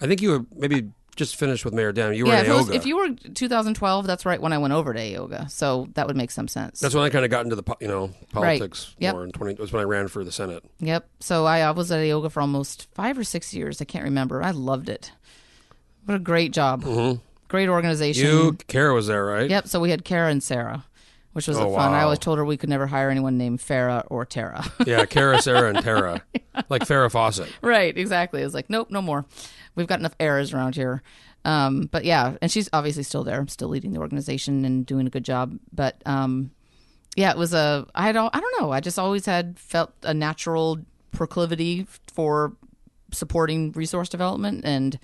Speaker 2: I think you were maybe just finished with Mayor Dan. You were
Speaker 3: yeah,
Speaker 2: at
Speaker 3: if, it was-
Speaker 2: Aoga.
Speaker 3: if you were 2012, that's right when I went over to yoga, so that would make some sense.
Speaker 2: that's when I kind of got into the po- you know
Speaker 3: Right.
Speaker 2: politics
Speaker 3: Yep.
Speaker 2: more. In twenty, that's when I ran for the Senate.
Speaker 3: Yep. So I, I was at yoga for almost five or six years. I can't remember. I loved it. What a great job. Great organization.
Speaker 2: Mm-hmm. You, Kara was there, right?
Speaker 3: Yep. So we had Kara and Sarah, which was
Speaker 2: Oh,
Speaker 3: a fun. I
Speaker 2: wow.
Speaker 3: always told her we could never hire anyone named Farah or Tara.
Speaker 2: Yeah, Kara, Sarah, and Tara, like Farrah Fawcett.
Speaker 3: right. Exactly. It was like, nope, no more. We've got enough errors around here. Um, but yeah, and she's obviously still there, still leading the organization and doing a good job. But um, yeah, it was a I had all, I don't know. I just always had felt a natural proclivity for supporting resource development and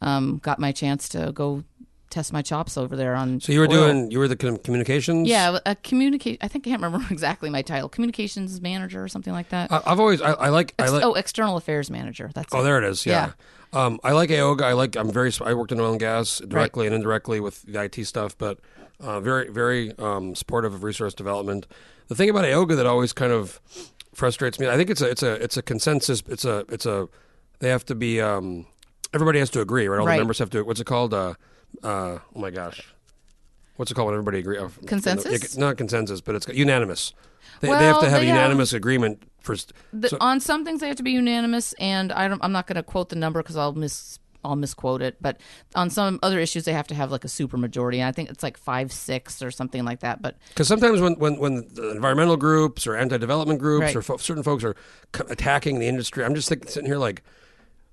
Speaker 3: um, got my chance to go test my chops over there on.
Speaker 2: So you were
Speaker 3: oil.
Speaker 2: doing you were the com- communications.
Speaker 3: Yeah, a communicate. I think I can't remember exactly my title. Communications manager or something like that.
Speaker 2: I, I've always I, I like I like
Speaker 3: oh, external affairs manager. That's
Speaker 2: Oh,
Speaker 3: it.
Speaker 2: there it is. Yeah. Um, I like Aoga. I like. I'm very. sp- I worked in oil and gas directly and indirectly with the IT stuff, but uh, very, very um, supportive of resource development. The thing about Aoga that always kind of frustrates me. I think it's a, it's a, it's a consensus. It's a, it's a. They have to be. Um, everybody has to agree, right? All
Speaker 3: Right.
Speaker 2: the members have to. What's it called? Uh, uh, oh my gosh. What's it called when everybody agree? oh,
Speaker 3: Consensus?
Speaker 2: Not consensus, but it's unanimous. They, they have
Speaker 3: Well,
Speaker 2: to have a
Speaker 3: they have-
Speaker 2: unanimous agreement for. s-
Speaker 3: The,
Speaker 2: so-
Speaker 3: on some things they have to be unanimous, and I don't, I'm not going to quote the number because I'll miss I'll misquote it. But on some other issues, they have to have like a super majority, and I think it's like five six or something like that. But
Speaker 2: Because sometimes when, when, when the environmental groups or anti-development groups
Speaker 3: Right.
Speaker 2: or fo- certain folks are c- attacking the industry, I'm just think, sitting here like,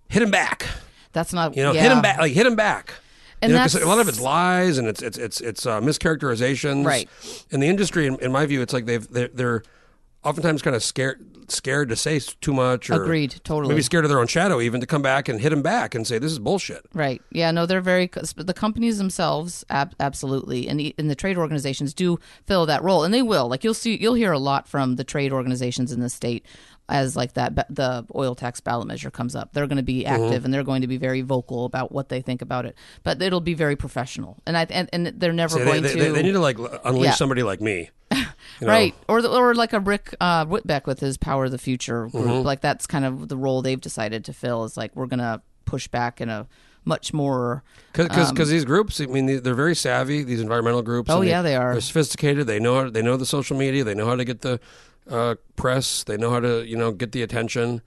Speaker 2: hit him back,
Speaker 3: that's not
Speaker 2: you know,
Speaker 3: yeah.
Speaker 2: hit him back, like hit him back.
Speaker 3: And
Speaker 2: you know, 'cause
Speaker 3: that's-
Speaker 2: a lot of it's lies and it's it's it's it's uh, mischaracterizations.
Speaker 3: Right.
Speaker 2: And the industry, in, in my view, it's like they've they're, they're oftentimes kind of scared scared to say s- too much or
Speaker 3: Agreed, totally.
Speaker 2: maybe scared of their own shadow even to come back and hit him back and say this is bullshit.
Speaker 3: Right. Yeah. No, they're very the companies themselves ab- absolutely, and the- and the trade organizations do fill that role, and they will. Like you'll see, you'll hear a lot from the trade organizations in the state as like that ba- the oil tax ballot measure comes up. They're going to be
Speaker 2: Mm-hmm.
Speaker 3: active and they're going to be very vocal about what they think about it, but it'll be very professional, and I and, and they're never
Speaker 2: They-
Speaker 3: going
Speaker 2: they,
Speaker 3: to
Speaker 2: they- they need to like l- unleash
Speaker 3: Yeah.
Speaker 2: somebody like me. you know?
Speaker 3: Right, or the, or like a Rick uh, Whitbeck with his Power of the Future group,
Speaker 2: Mm-hmm.
Speaker 3: like that's kind of the role they've decided to fill. Is like we're gonna push back in a much more
Speaker 2: because because these groups, I mean, they- they're very savvy. These environmental groups.
Speaker 3: Um, Oh,
Speaker 2: and
Speaker 3: yeah, they are.
Speaker 2: They're sophisticated. They know how, they know the social media. They know how to get the uh, press. They know how to you know get the attention.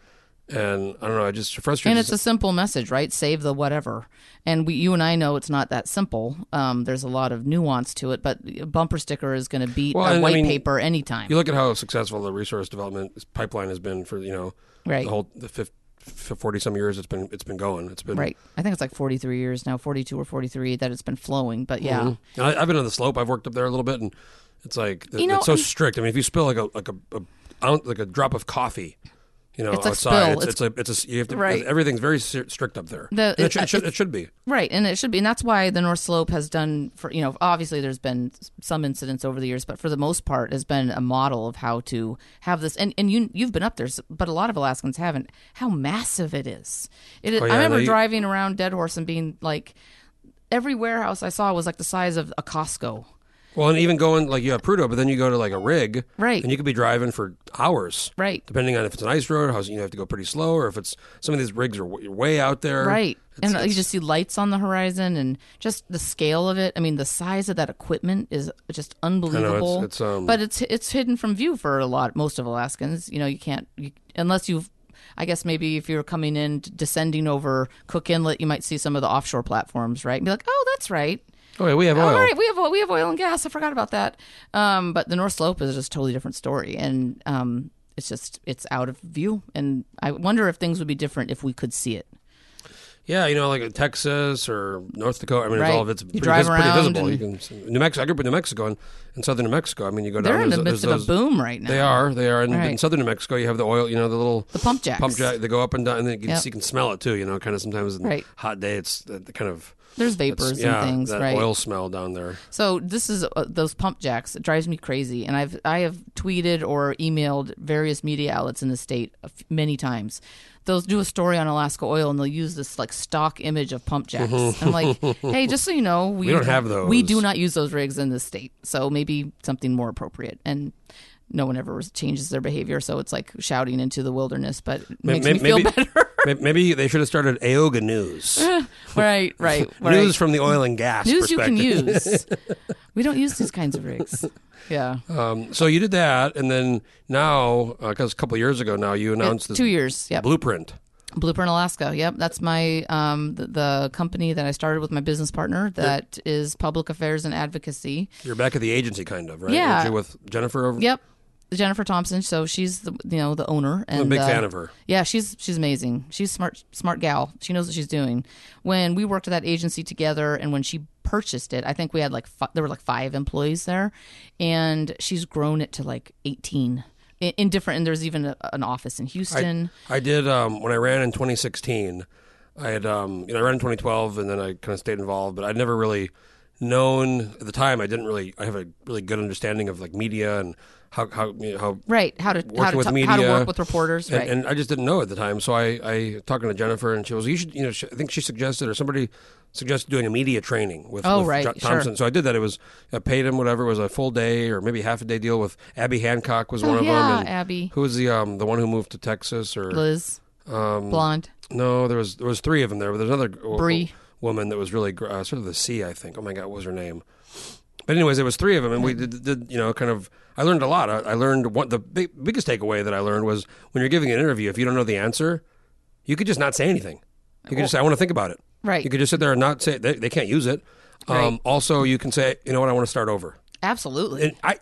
Speaker 2: And I don't know. I just frustrated.
Speaker 3: And it's a simple message, right? Save the whatever. And we, you and I know it's not that simple. Um, there's a lot of nuance to it, but a bumper sticker is going to beat
Speaker 2: Well, and
Speaker 3: a
Speaker 2: I
Speaker 3: white
Speaker 2: mean,
Speaker 3: paper anytime.
Speaker 2: you look at how successful the resource development pipeline has been for you know
Speaker 3: Right.
Speaker 2: the whole the forty some years it's been it's been going. It's been
Speaker 3: right. I think it's like 43 years now, 42 or 43 that it's been flowing. But yeah,
Speaker 2: Mm-hmm. And I, I've been on the slope. I've worked up there a little bit, and It's like th-
Speaker 3: You know,
Speaker 2: it's so
Speaker 3: I'm-
Speaker 2: strict. I mean, if you spill like a like a, a ounce, like a drop of coffee, you know,
Speaker 3: It's a
Speaker 2: outside,
Speaker 3: spill.
Speaker 2: it's, it's, a it's a you have to
Speaker 3: Right.
Speaker 2: everything's very ser- strict up there.
Speaker 3: The-
Speaker 2: And it,
Speaker 3: it-
Speaker 2: should,
Speaker 3: uh,
Speaker 2: it, should, it should be.
Speaker 3: Right, and it should be, and that's why the North Slope has done for you know obviously there's been s- some incidents over the years, but for the most part has been a model of how to have this. And and you you've been up there, s- but a lot of Alaskans haven't. How massive it is! It is
Speaker 2: Oh, yeah,
Speaker 3: I remember
Speaker 2: they-
Speaker 3: driving around Dead Horse and being like, every warehouse I saw was like the size of a Costco.
Speaker 2: Well, and even going like you have Prudhoe, but then you go to like a rig,
Speaker 3: Right.
Speaker 2: And you could be driving for hours,
Speaker 3: Right.
Speaker 2: Depending on if it's an ice road, how you have to go pretty slow, or if it's some of these rigs are w- way out there,
Speaker 3: Right.
Speaker 2: It's-
Speaker 3: and uh, you just see lights on the horizon and just the scale of it. I mean, the size of that equipment is just unbelievable.
Speaker 2: it's, um,
Speaker 3: but it's it's hidden from view for a lot most of Alaskans. You know, you can't you, unless you've I guess maybe if you're coming in descending over Cook Inlet, you might see some of the offshore platforms, right? And be like, "Oh, that's right."
Speaker 2: oh yeah, we have oil.
Speaker 3: All right, we have oil, we have oil and gas. I forgot about that. Um, but the North Slope is just a totally different story, and um, it's just it's out of view. And I wonder if things would be different if we could see it.
Speaker 2: Yeah, you know, like Texas or North Dakota. I mean,
Speaker 3: Right.
Speaker 2: it's all of it's
Speaker 3: You
Speaker 2: pretty,
Speaker 3: drive
Speaker 2: vis- pretty
Speaker 3: around
Speaker 2: visible.
Speaker 3: and-
Speaker 2: You can see- New Mexico. I grew up in New Mexico and in southern New Mexico. I mean, you go down.
Speaker 3: They're in the
Speaker 2: there's-
Speaker 3: midst of
Speaker 2: there's
Speaker 3: a
Speaker 2: those-
Speaker 3: boom right now.
Speaker 2: They are. They are. And in
Speaker 3: Right.
Speaker 2: southern New Mexico, you have the oil. You know, the little the
Speaker 3: pump jacks.
Speaker 2: Pump jack. They go up and down, and then you can,
Speaker 3: Yep.
Speaker 2: you can smell it too. You know, kind of sometimes. In
Speaker 3: Right.
Speaker 2: Hot day. It's the, the kind of
Speaker 3: There's
Speaker 2: it's-
Speaker 3: vapors
Speaker 2: yeah,
Speaker 3: and things,
Speaker 2: that
Speaker 3: right?
Speaker 2: Oil smell down there.
Speaker 3: So this is uh, those pump jacks. It drives me crazy, and I've I have tweeted or emailed various media outlets in the state a f- many times. They'll do a story on Alaska oil, and they'll use this like stock image of pump jacks. I'm like, hey, just so you know, we,
Speaker 2: don't have those.
Speaker 3: We do not use those rigs in this state, so maybe something more appropriate. And no one ever changes their behavior, so it's like shouting into the wilderness, but it
Speaker 2: May-
Speaker 3: makes
Speaker 2: may-
Speaker 3: me feel
Speaker 2: maybe-
Speaker 3: better.
Speaker 2: May- Maybe they should have started Aoga News.
Speaker 3: right, right, right.
Speaker 2: News from the oil and gas.
Speaker 3: News you can
Speaker 2: perspective.
Speaker 3: use. we don't use these kinds of rigs. Yeah.
Speaker 2: Um, so you did that, and then now, because a couple years ago now, you announced this
Speaker 3: two years. Yep.
Speaker 2: blueprint.
Speaker 3: Blueprint Alaska. Yep, that's my um, the, the company that I started with my business partner that is public affairs and advocacy.
Speaker 2: You're back at the agency, kind of, right?
Speaker 3: Yeah.
Speaker 2: Weren't you with Jennifer over?
Speaker 3: Yep, Jennifer Thompson. So she's the you know the owner. And,
Speaker 2: I'm a big
Speaker 3: uh,
Speaker 2: fan of her.
Speaker 3: Yeah, she's she's amazing. She's smart smart gal. She knows what she's doing. When we worked at that agency together, and when she purchased it, I think we had like fi- there were like five employees there, and she's grown it to like eighteen in, in different. And there's even a, an office in Houston.
Speaker 2: I did um, when I ran in 2016. I had um, you know I ran in 2012 and then I kind of stayed involved, but I'd never really known at the time. I didn't really I have a really good understanding of like media and how how you know, how
Speaker 3: right. How to how to,
Speaker 2: working with
Speaker 3: ta- how to
Speaker 2: media
Speaker 3: work with reporters.
Speaker 2: and,
Speaker 3: right.
Speaker 2: and I just didn't know at the time. So I, I talking to Jennifer, and she was, you should, you know, she, I think she suggested or somebody suggested doing a media training with,
Speaker 3: Oh,
Speaker 2: with
Speaker 3: right,
Speaker 2: Jo-
Speaker 3: sure.
Speaker 2: Thompson. So I did that. It was I paid him whatever. It was a full day or maybe half a day deal with Abby Hancock was
Speaker 3: Oh,
Speaker 2: one of
Speaker 3: yeah,
Speaker 2: them. and
Speaker 3: Abby.
Speaker 2: who was the um the one who moved to Texas or
Speaker 3: Liz,
Speaker 2: Um,
Speaker 3: blonde.
Speaker 2: no? There was there was three of them there, but there's another g- w-
Speaker 3: Bree.
Speaker 2: woman that was really gr- uh, sort of the C, I think. Oh my God, what was her name? But anyways, there was three of them, and we did, did you know kind of. I learned a lot. I, I learned what the big, biggest takeaway that I learned was when you're giving an interview, if you don't know the answer, you could just not say anything. You could just say, "I want to think about it."
Speaker 3: Right.
Speaker 2: You could just sit there and not say. They, they can't use it. Um,
Speaker 3: Right.
Speaker 2: Also, you can say, "You know what? I want to start over."
Speaker 3: Absolutely.
Speaker 2: And I,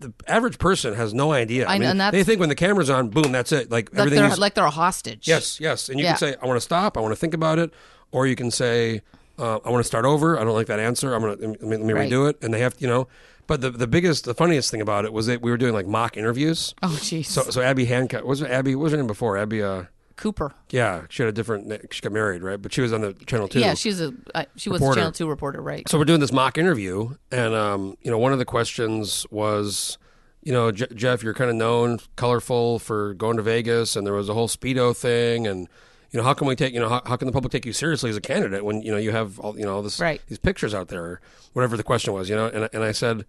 Speaker 2: the average person has no idea. I,
Speaker 3: I know,
Speaker 2: mean,
Speaker 3: and that's-
Speaker 2: they think when the camera's on, boom, that's it. Like
Speaker 3: like
Speaker 2: everything.
Speaker 3: they're
Speaker 2: you s-
Speaker 3: like they're a hostage.
Speaker 2: Yes, yes. And you
Speaker 3: Yeah.
Speaker 2: can say, I want to stop. I want to think about it. Or you can say, uh, I want to start over. I don't like that answer. I'm going to let me, let me
Speaker 3: Right.
Speaker 2: redo it. And they have, you know. But the, the biggest, the funniest thing about it was that we were doing like mock interviews.
Speaker 3: Oh jeez.
Speaker 2: So, so Abby Hancock, was it Abby, what was her name before? Abby, uh,
Speaker 3: Cooper.
Speaker 2: yeah, she had a different, na- she got married, right? But she was on the Channel 2.
Speaker 3: Yeah, she's a uh, she was a
Speaker 2: Reporter.
Speaker 3: Channel Two reporter, right?
Speaker 2: so we're doing this mock interview. And, um, you know, one of the questions was, you know, Je- Jeff, you're kind of known, colorful for going to Vegas, and there was a whole speedo thing, and you know, how can we take, you know, how, how can the public take you seriously as a candidate when you know you have all, you know, all this,
Speaker 3: Right.
Speaker 2: these pictures out there, or whatever the question was, you know, and I- and I said,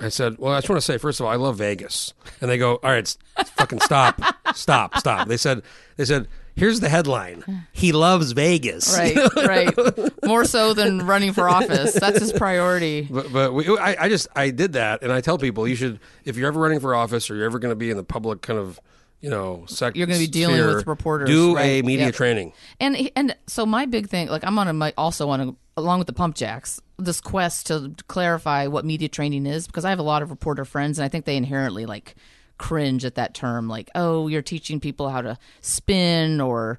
Speaker 2: I said, well, I just want to say, first of all, I love Vegas, and they go, all right, s- fucking stop, stop, stop. They said, they said. Here's the headline. He loves Vegas.
Speaker 3: Right, right. More so than running for office. That's his priority.
Speaker 2: But, but we, I, I just I did that, and I tell people you should if you're ever running for office or you're ever going to be in the public kind of you know sector,
Speaker 3: You're gonna be dealing with reporters,
Speaker 2: Do a
Speaker 3: right,
Speaker 2: media
Speaker 3: yep.
Speaker 2: training.
Speaker 3: And and so my big thing, like I'm on a my also on a, along with the pump jacks, this quest to clarify what media training is because I have a lot of reporter friends and I think they inherently like cringe at that term, like oh you're teaching people how to spin or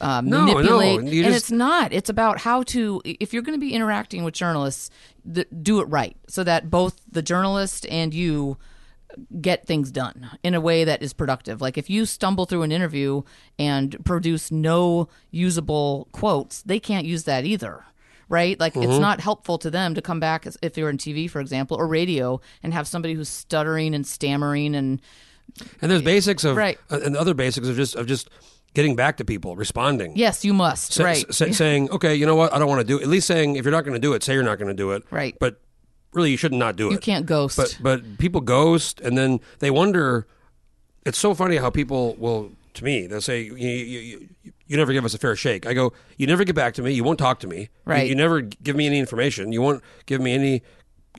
Speaker 3: uh,
Speaker 2: No, no,
Speaker 3: manipulate.
Speaker 2: you
Speaker 3: and
Speaker 2: just-
Speaker 3: it's not. It's about how to. If you're going to be interacting with journalists, th- do it right so that both the journalist and you get things done in a way that is productive. Like if you stumble through an interview and produce no usable quotes, they can't use that either. Right? Like it's not helpful to them to come back as- if you're in TV, for example, or radio and have somebody who's stuttering and stammering and
Speaker 2: And there's basics of
Speaker 3: Right.
Speaker 2: uh, and other basics of just of just getting back to people, responding.
Speaker 3: yes, you must.
Speaker 2: Sa-
Speaker 3: right.
Speaker 2: sa- saying, okay, you know what? I don't want to do it. At least saying, if you're not going to do it, say you're not going to do it.
Speaker 3: Right.
Speaker 2: But really, you should not do it.
Speaker 3: you can't ghost.
Speaker 2: But but people ghost, and then they wonder. It's so funny how people will. To me, they'll say, you, you, you, you never give us a fair shake. I go, you never get back to me. You won't talk to me. You-
Speaker 3: Right.
Speaker 2: You, never give me any information. You won't give me any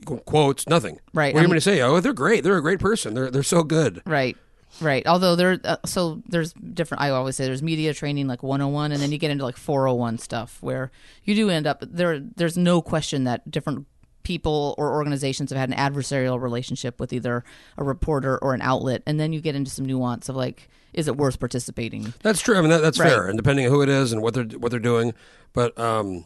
Speaker 2: qu- quotes, nothing.
Speaker 3: Right.
Speaker 2: What are you
Speaker 3: I'm-
Speaker 2: going to say? Oh, they're great. They're a great person. They're, they're so good.
Speaker 3: Right. Right. Although there, uh, so there's different. I always say there's media training like 101, and then you get into like 401 stuff where you do end up there. There's no question that different people or organizations have had an adversarial relationship with either a reporter or an outlet, and then you get into some nuance of like, is it worth participating?
Speaker 2: That's true. I mean, that, that's
Speaker 3: Right.
Speaker 2: fair, and depending on who it is and what they're what they're doing, but um,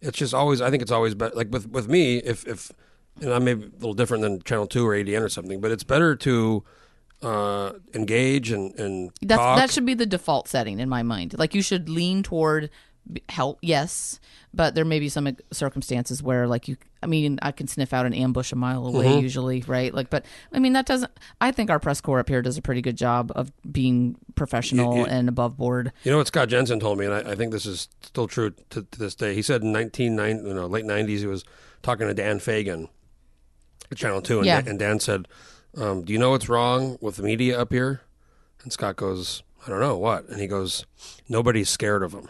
Speaker 2: it's just always. I think it's always better. Like with with me, if if and I may be a little different than Channel Two or ADN or something, but it's better to uh, engage and and
Speaker 3: That's,
Speaker 2: talk.
Speaker 3: that should be the default setting in my mind. Like you should lean toward b- help, yes, but there may be some circumstances where, like you, I mean, I can sniff out an ambush a mile away usually, right? Like, but I mean, that doesn't. I think our press corps up here does a pretty good job of being professional and above board.
Speaker 2: you know what Scott Jensen told me, and I, I think this is still true to, to this day. He said in nineteen nine, you know, late nineties, he was talking to Dan Fagan, at Channel Two, and,
Speaker 3: Yeah.
Speaker 2: Dan, and Dan said, um, "Do you know what's wrong with the media up here?" And Scott goes, "I don't know what," and he goes, "Nobody's scared of them."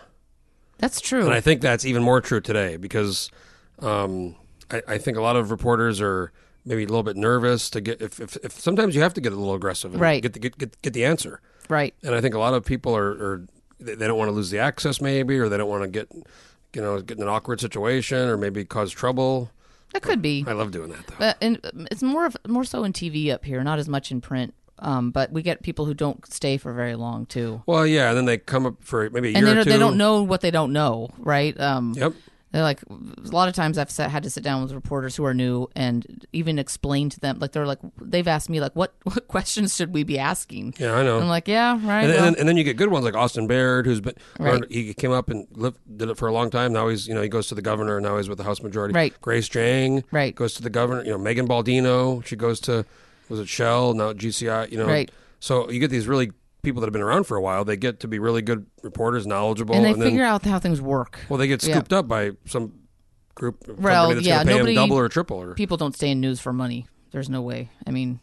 Speaker 3: That's true.
Speaker 2: And I think that's even more true today because um, I, I think a lot of reporters are maybe a little bit nervous to get if, if, if sometimes you have to get a little aggressive and
Speaker 3: Right.
Speaker 2: get, the, get get get the answer.
Speaker 3: right.
Speaker 2: And I think a lot of people are, are they they don't want to lose the access maybe or they don't want to get you know get in an awkward situation or maybe cause trouble.
Speaker 3: That could be.
Speaker 2: I love doing that though.
Speaker 3: Uh, and um, it's more of more so in TV up here, not as much in print. Um, but we get people who don't stay for very long too,
Speaker 2: Well, yeah, and then they come up for maybe a
Speaker 3: and
Speaker 2: year
Speaker 3: they
Speaker 2: or
Speaker 3: don't,
Speaker 2: two.
Speaker 3: they don't know what they don't know, right? Um,
Speaker 2: Yep.
Speaker 3: They're like a lot of times I've sat, had to sit down with reporters who are new and even explain to them like they're like they've asked me like what what questions should we be asking?
Speaker 2: Yeah, I know.
Speaker 3: I'm like yeah right.
Speaker 2: and,
Speaker 3: well,
Speaker 2: then, and then you get good ones like Austin Baird, who's been
Speaker 3: Right.
Speaker 2: he came up and lived, did it for a long time. Now he's you know he goes to the governor, and now he's with the House Majority.
Speaker 3: Right.
Speaker 2: Grace Jang,
Speaker 3: Right.
Speaker 2: goes to the governor. You know Megan Baldino, she goes to was it Shell now GCI. You know,
Speaker 3: Right.
Speaker 2: So you get these really people that have been around for a while. They get to be really good reporters, knowledgeable,
Speaker 3: and they
Speaker 2: then
Speaker 3: figure out how things work.
Speaker 2: well they get
Speaker 3: yeah.
Speaker 2: scooped up by some group company
Speaker 3: Well,
Speaker 2: that's
Speaker 3: yeah,
Speaker 2: going to pay
Speaker 3: nobody-
Speaker 2: them double or triple or
Speaker 3: People don't stay in news for money. There's no way. I mean,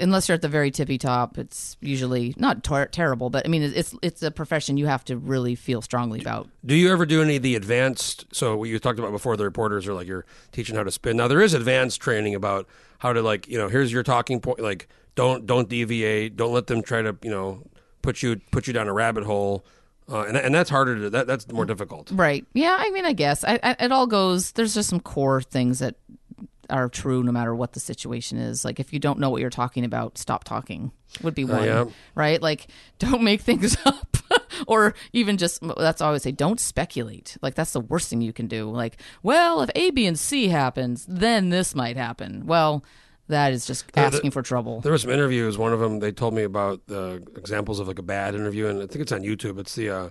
Speaker 3: unless you're at the very tippy top, it's usually not ter- terrible, but I mean it's it's a profession you have to really feel strongly about.
Speaker 2: Do you ever do any of the advanced? So what you talked about before, the reporters are like you're teaching how to spin. Now there is advanced training about how to like you know here's your talking point. Like don't don't deviate. Don't let them try to you know put you put you down a rabbit hole. Uh, and and that's harder to that that's more difficult.
Speaker 3: Right. Yeah. I mean, I guess I, I, it all goes. There's just some core things that are true no matter what the situation is. Like if you don't know what you're talking about, stop talking would be one.
Speaker 2: Uh, yeah.
Speaker 3: Right. Like don't make things up. Or even just that's all I always say, don't speculate. Like that's the worst thing you can do. Like, well, if A, B, and C happens, then this might happen. Well, that is just asking for trouble.
Speaker 2: There were some interviews. One of them they told me about the examples of like a bad interview, and I think it's on YouTube. It's the uh,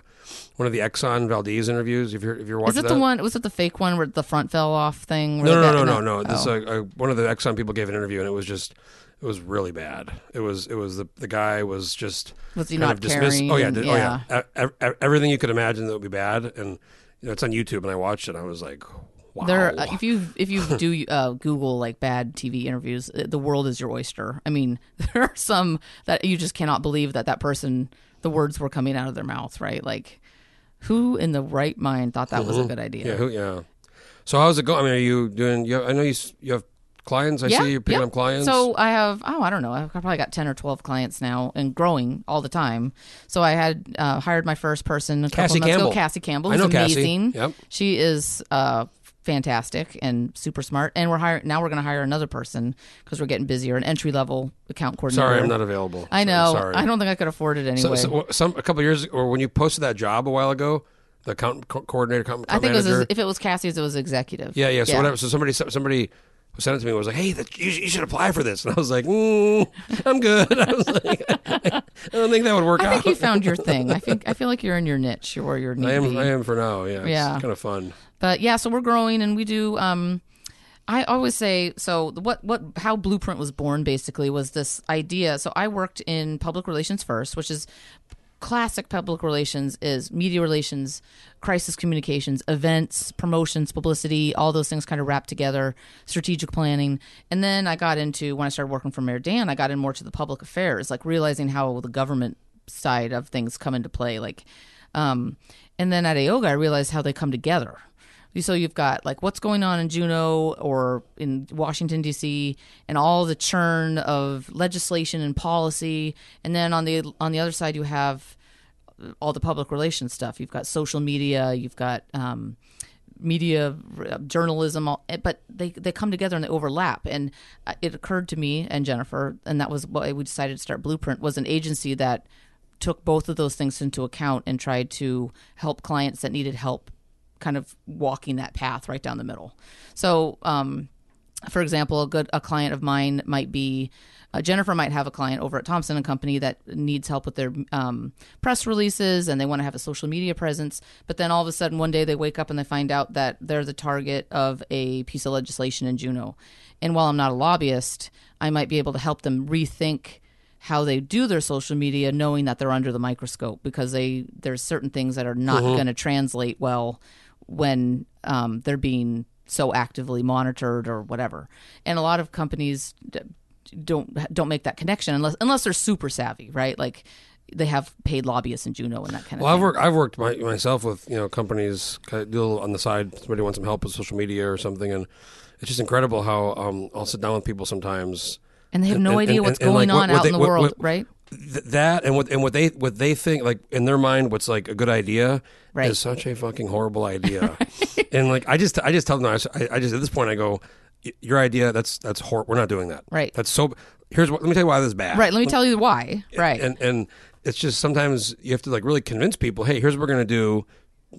Speaker 2: one of the Exxon Valdez interviews. If you're if you're watching
Speaker 3: Is it
Speaker 2: that.
Speaker 3: the one? Was it the fake one where the front fell off thing? where
Speaker 2: No,
Speaker 3: the Oh.
Speaker 2: no, no,
Speaker 3: guy-
Speaker 2: no, no. This uh, uh, one of the Exxon people gave an interview, and it was just, it was really bad. It was, it was the the guy was just
Speaker 3: Was he
Speaker 2: kind
Speaker 3: not
Speaker 2: of dismissed. Oh yeah,
Speaker 3: caring?
Speaker 2: did- oh yeah. E- e- everything you could imagine that would be bad, and you know, it's on YouTube. And I watched it, and I was like, wow.
Speaker 3: There, uh, if you if you do uh, Google like bad TV interviews, uh, the world is your oyster. I mean, there are some that you just cannot believe that that person, the words were coming out of their mouth, right? Like, who in the right mind thought that was a good idea?
Speaker 2: yeah, who, yeah. So how's it going? I mean, are you doing? You have, I know you s- you have clients. I
Speaker 3: Yeah,
Speaker 2: see you're picking
Speaker 3: yeah.
Speaker 2: up clients.
Speaker 3: So I have, oh, I don't know, I've probably got ten or twelve clients now, and growing all the time. So I had uh, hired my first person a couple
Speaker 2: Cassie
Speaker 3: months
Speaker 2: Campbell.
Speaker 3: ago, Cassie Campbell.
Speaker 2: I
Speaker 3: Who's
Speaker 2: know Cassie.
Speaker 3: amazing.
Speaker 2: Yep.
Speaker 3: She is uh, fantastic and super smart. And we're hiring now. We're going to hire another person because we're getting busier. An entry level account coordinator.
Speaker 2: Sorry, I'm not available.
Speaker 3: I
Speaker 2: So,
Speaker 3: know.
Speaker 2: Sorry.
Speaker 3: I don't think I could afford it
Speaker 2: So,
Speaker 3: anyway.
Speaker 2: so wh- some a couple years or when you posted that job a while ago, the account co- coordinator, account,
Speaker 3: I think it
Speaker 2: manager.
Speaker 3: was if it was Cassie's, it was executive.
Speaker 2: yeah, yeah. So whatever. So somebody somebody sent it to me and was like, "Hey, that, you, you should apply for this," and I was like, mm, "I'm good." I was like, "I don't think that would work
Speaker 3: I
Speaker 2: out."
Speaker 3: think you found your thing. I think I feel like you're in your niche or your need
Speaker 2: I
Speaker 3: to
Speaker 2: am.
Speaker 3: be.
Speaker 2: I am for now. Yeah. It's
Speaker 3: Yeah.
Speaker 2: Kind of fun.
Speaker 3: But yeah, so we're growing and we do. Um, I always say so. the- What what how Blueprint was born basically was this idea. So I worked in public relations first, which is classic public relations is media relations, crisis communications, events, promotions, publicity, all those things kind of wrapped together, strategic planning. And then I got into when I started working for Mayor Dan, I got in more to the public affairs, like realizing how the government side of things come into play like um and then at Aoga I realized how they come together so you've got like what's going on in Juneau or in Washington D.C. and all the churn of legislation and policy, and then on the on the other side you have all the public relations stuff. You've got social media, you've got um, media r- journalism, all, eh, but they they come together and they overlap. And uh, it occurred to me and Jennifer, and that was why we decided to start Blueprint was an agency that took both of those things into account and tried to help clients that needed help kind of walking that path right down the middle. So, um, for example, a good a client of mine might be uh, Jennifer might have a client over at Thompson and Company that needs help with their um, press releases and they want to have a social media presence. But then all of a sudden, one day they wake up and they find out that they're the target of a piece of legislation in Juneau. And while I'm not a lobbyist, I might be able to help them rethink how they do their social media knowing that they're under the microscope because they there's certain things that are not
Speaker 2: Mm-hmm.
Speaker 3: going to translate well when um, they're being so actively monitored or whatever and a lot of companies d- don't don't make that connection unless unless they're super savvy right like they have paid lobbyists in Juno and that kind of
Speaker 2: Well, I've
Speaker 3: thing.
Speaker 2: worked. I've worked my, myself with you know companies kind of do a little on the side. Somebody wants some help with social media or something, and it's just incredible how um, I'll sit down with people sometimes.
Speaker 3: and they have no
Speaker 2: and-
Speaker 3: idea
Speaker 2: and-
Speaker 3: what's
Speaker 2: and, like,
Speaker 3: going
Speaker 2: what-
Speaker 3: on
Speaker 2: what
Speaker 3: out
Speaker 2: they-
Speaker 3: in the
Speaker 2: what-
Speaker 3: world
Speaker 2: what-
Speaker 3: right
Speaker 2: Th- that and what and what they what they think like in their mind what's like a good idea
Speaker 3: Right.
Speaker 2: is such a fucking horrible idea, and like I just I just tell them I, I just at this point I go "Y- your idea that's that's hor- we're not doing that
Speaker 3: Right.
Speaker 2: that's so here's what let me tell you why this is bad
Speaker 3: right let me tell you why right
Speaker 2: and and it's just sometimes you have to like really convince people hey here's what we're gonna do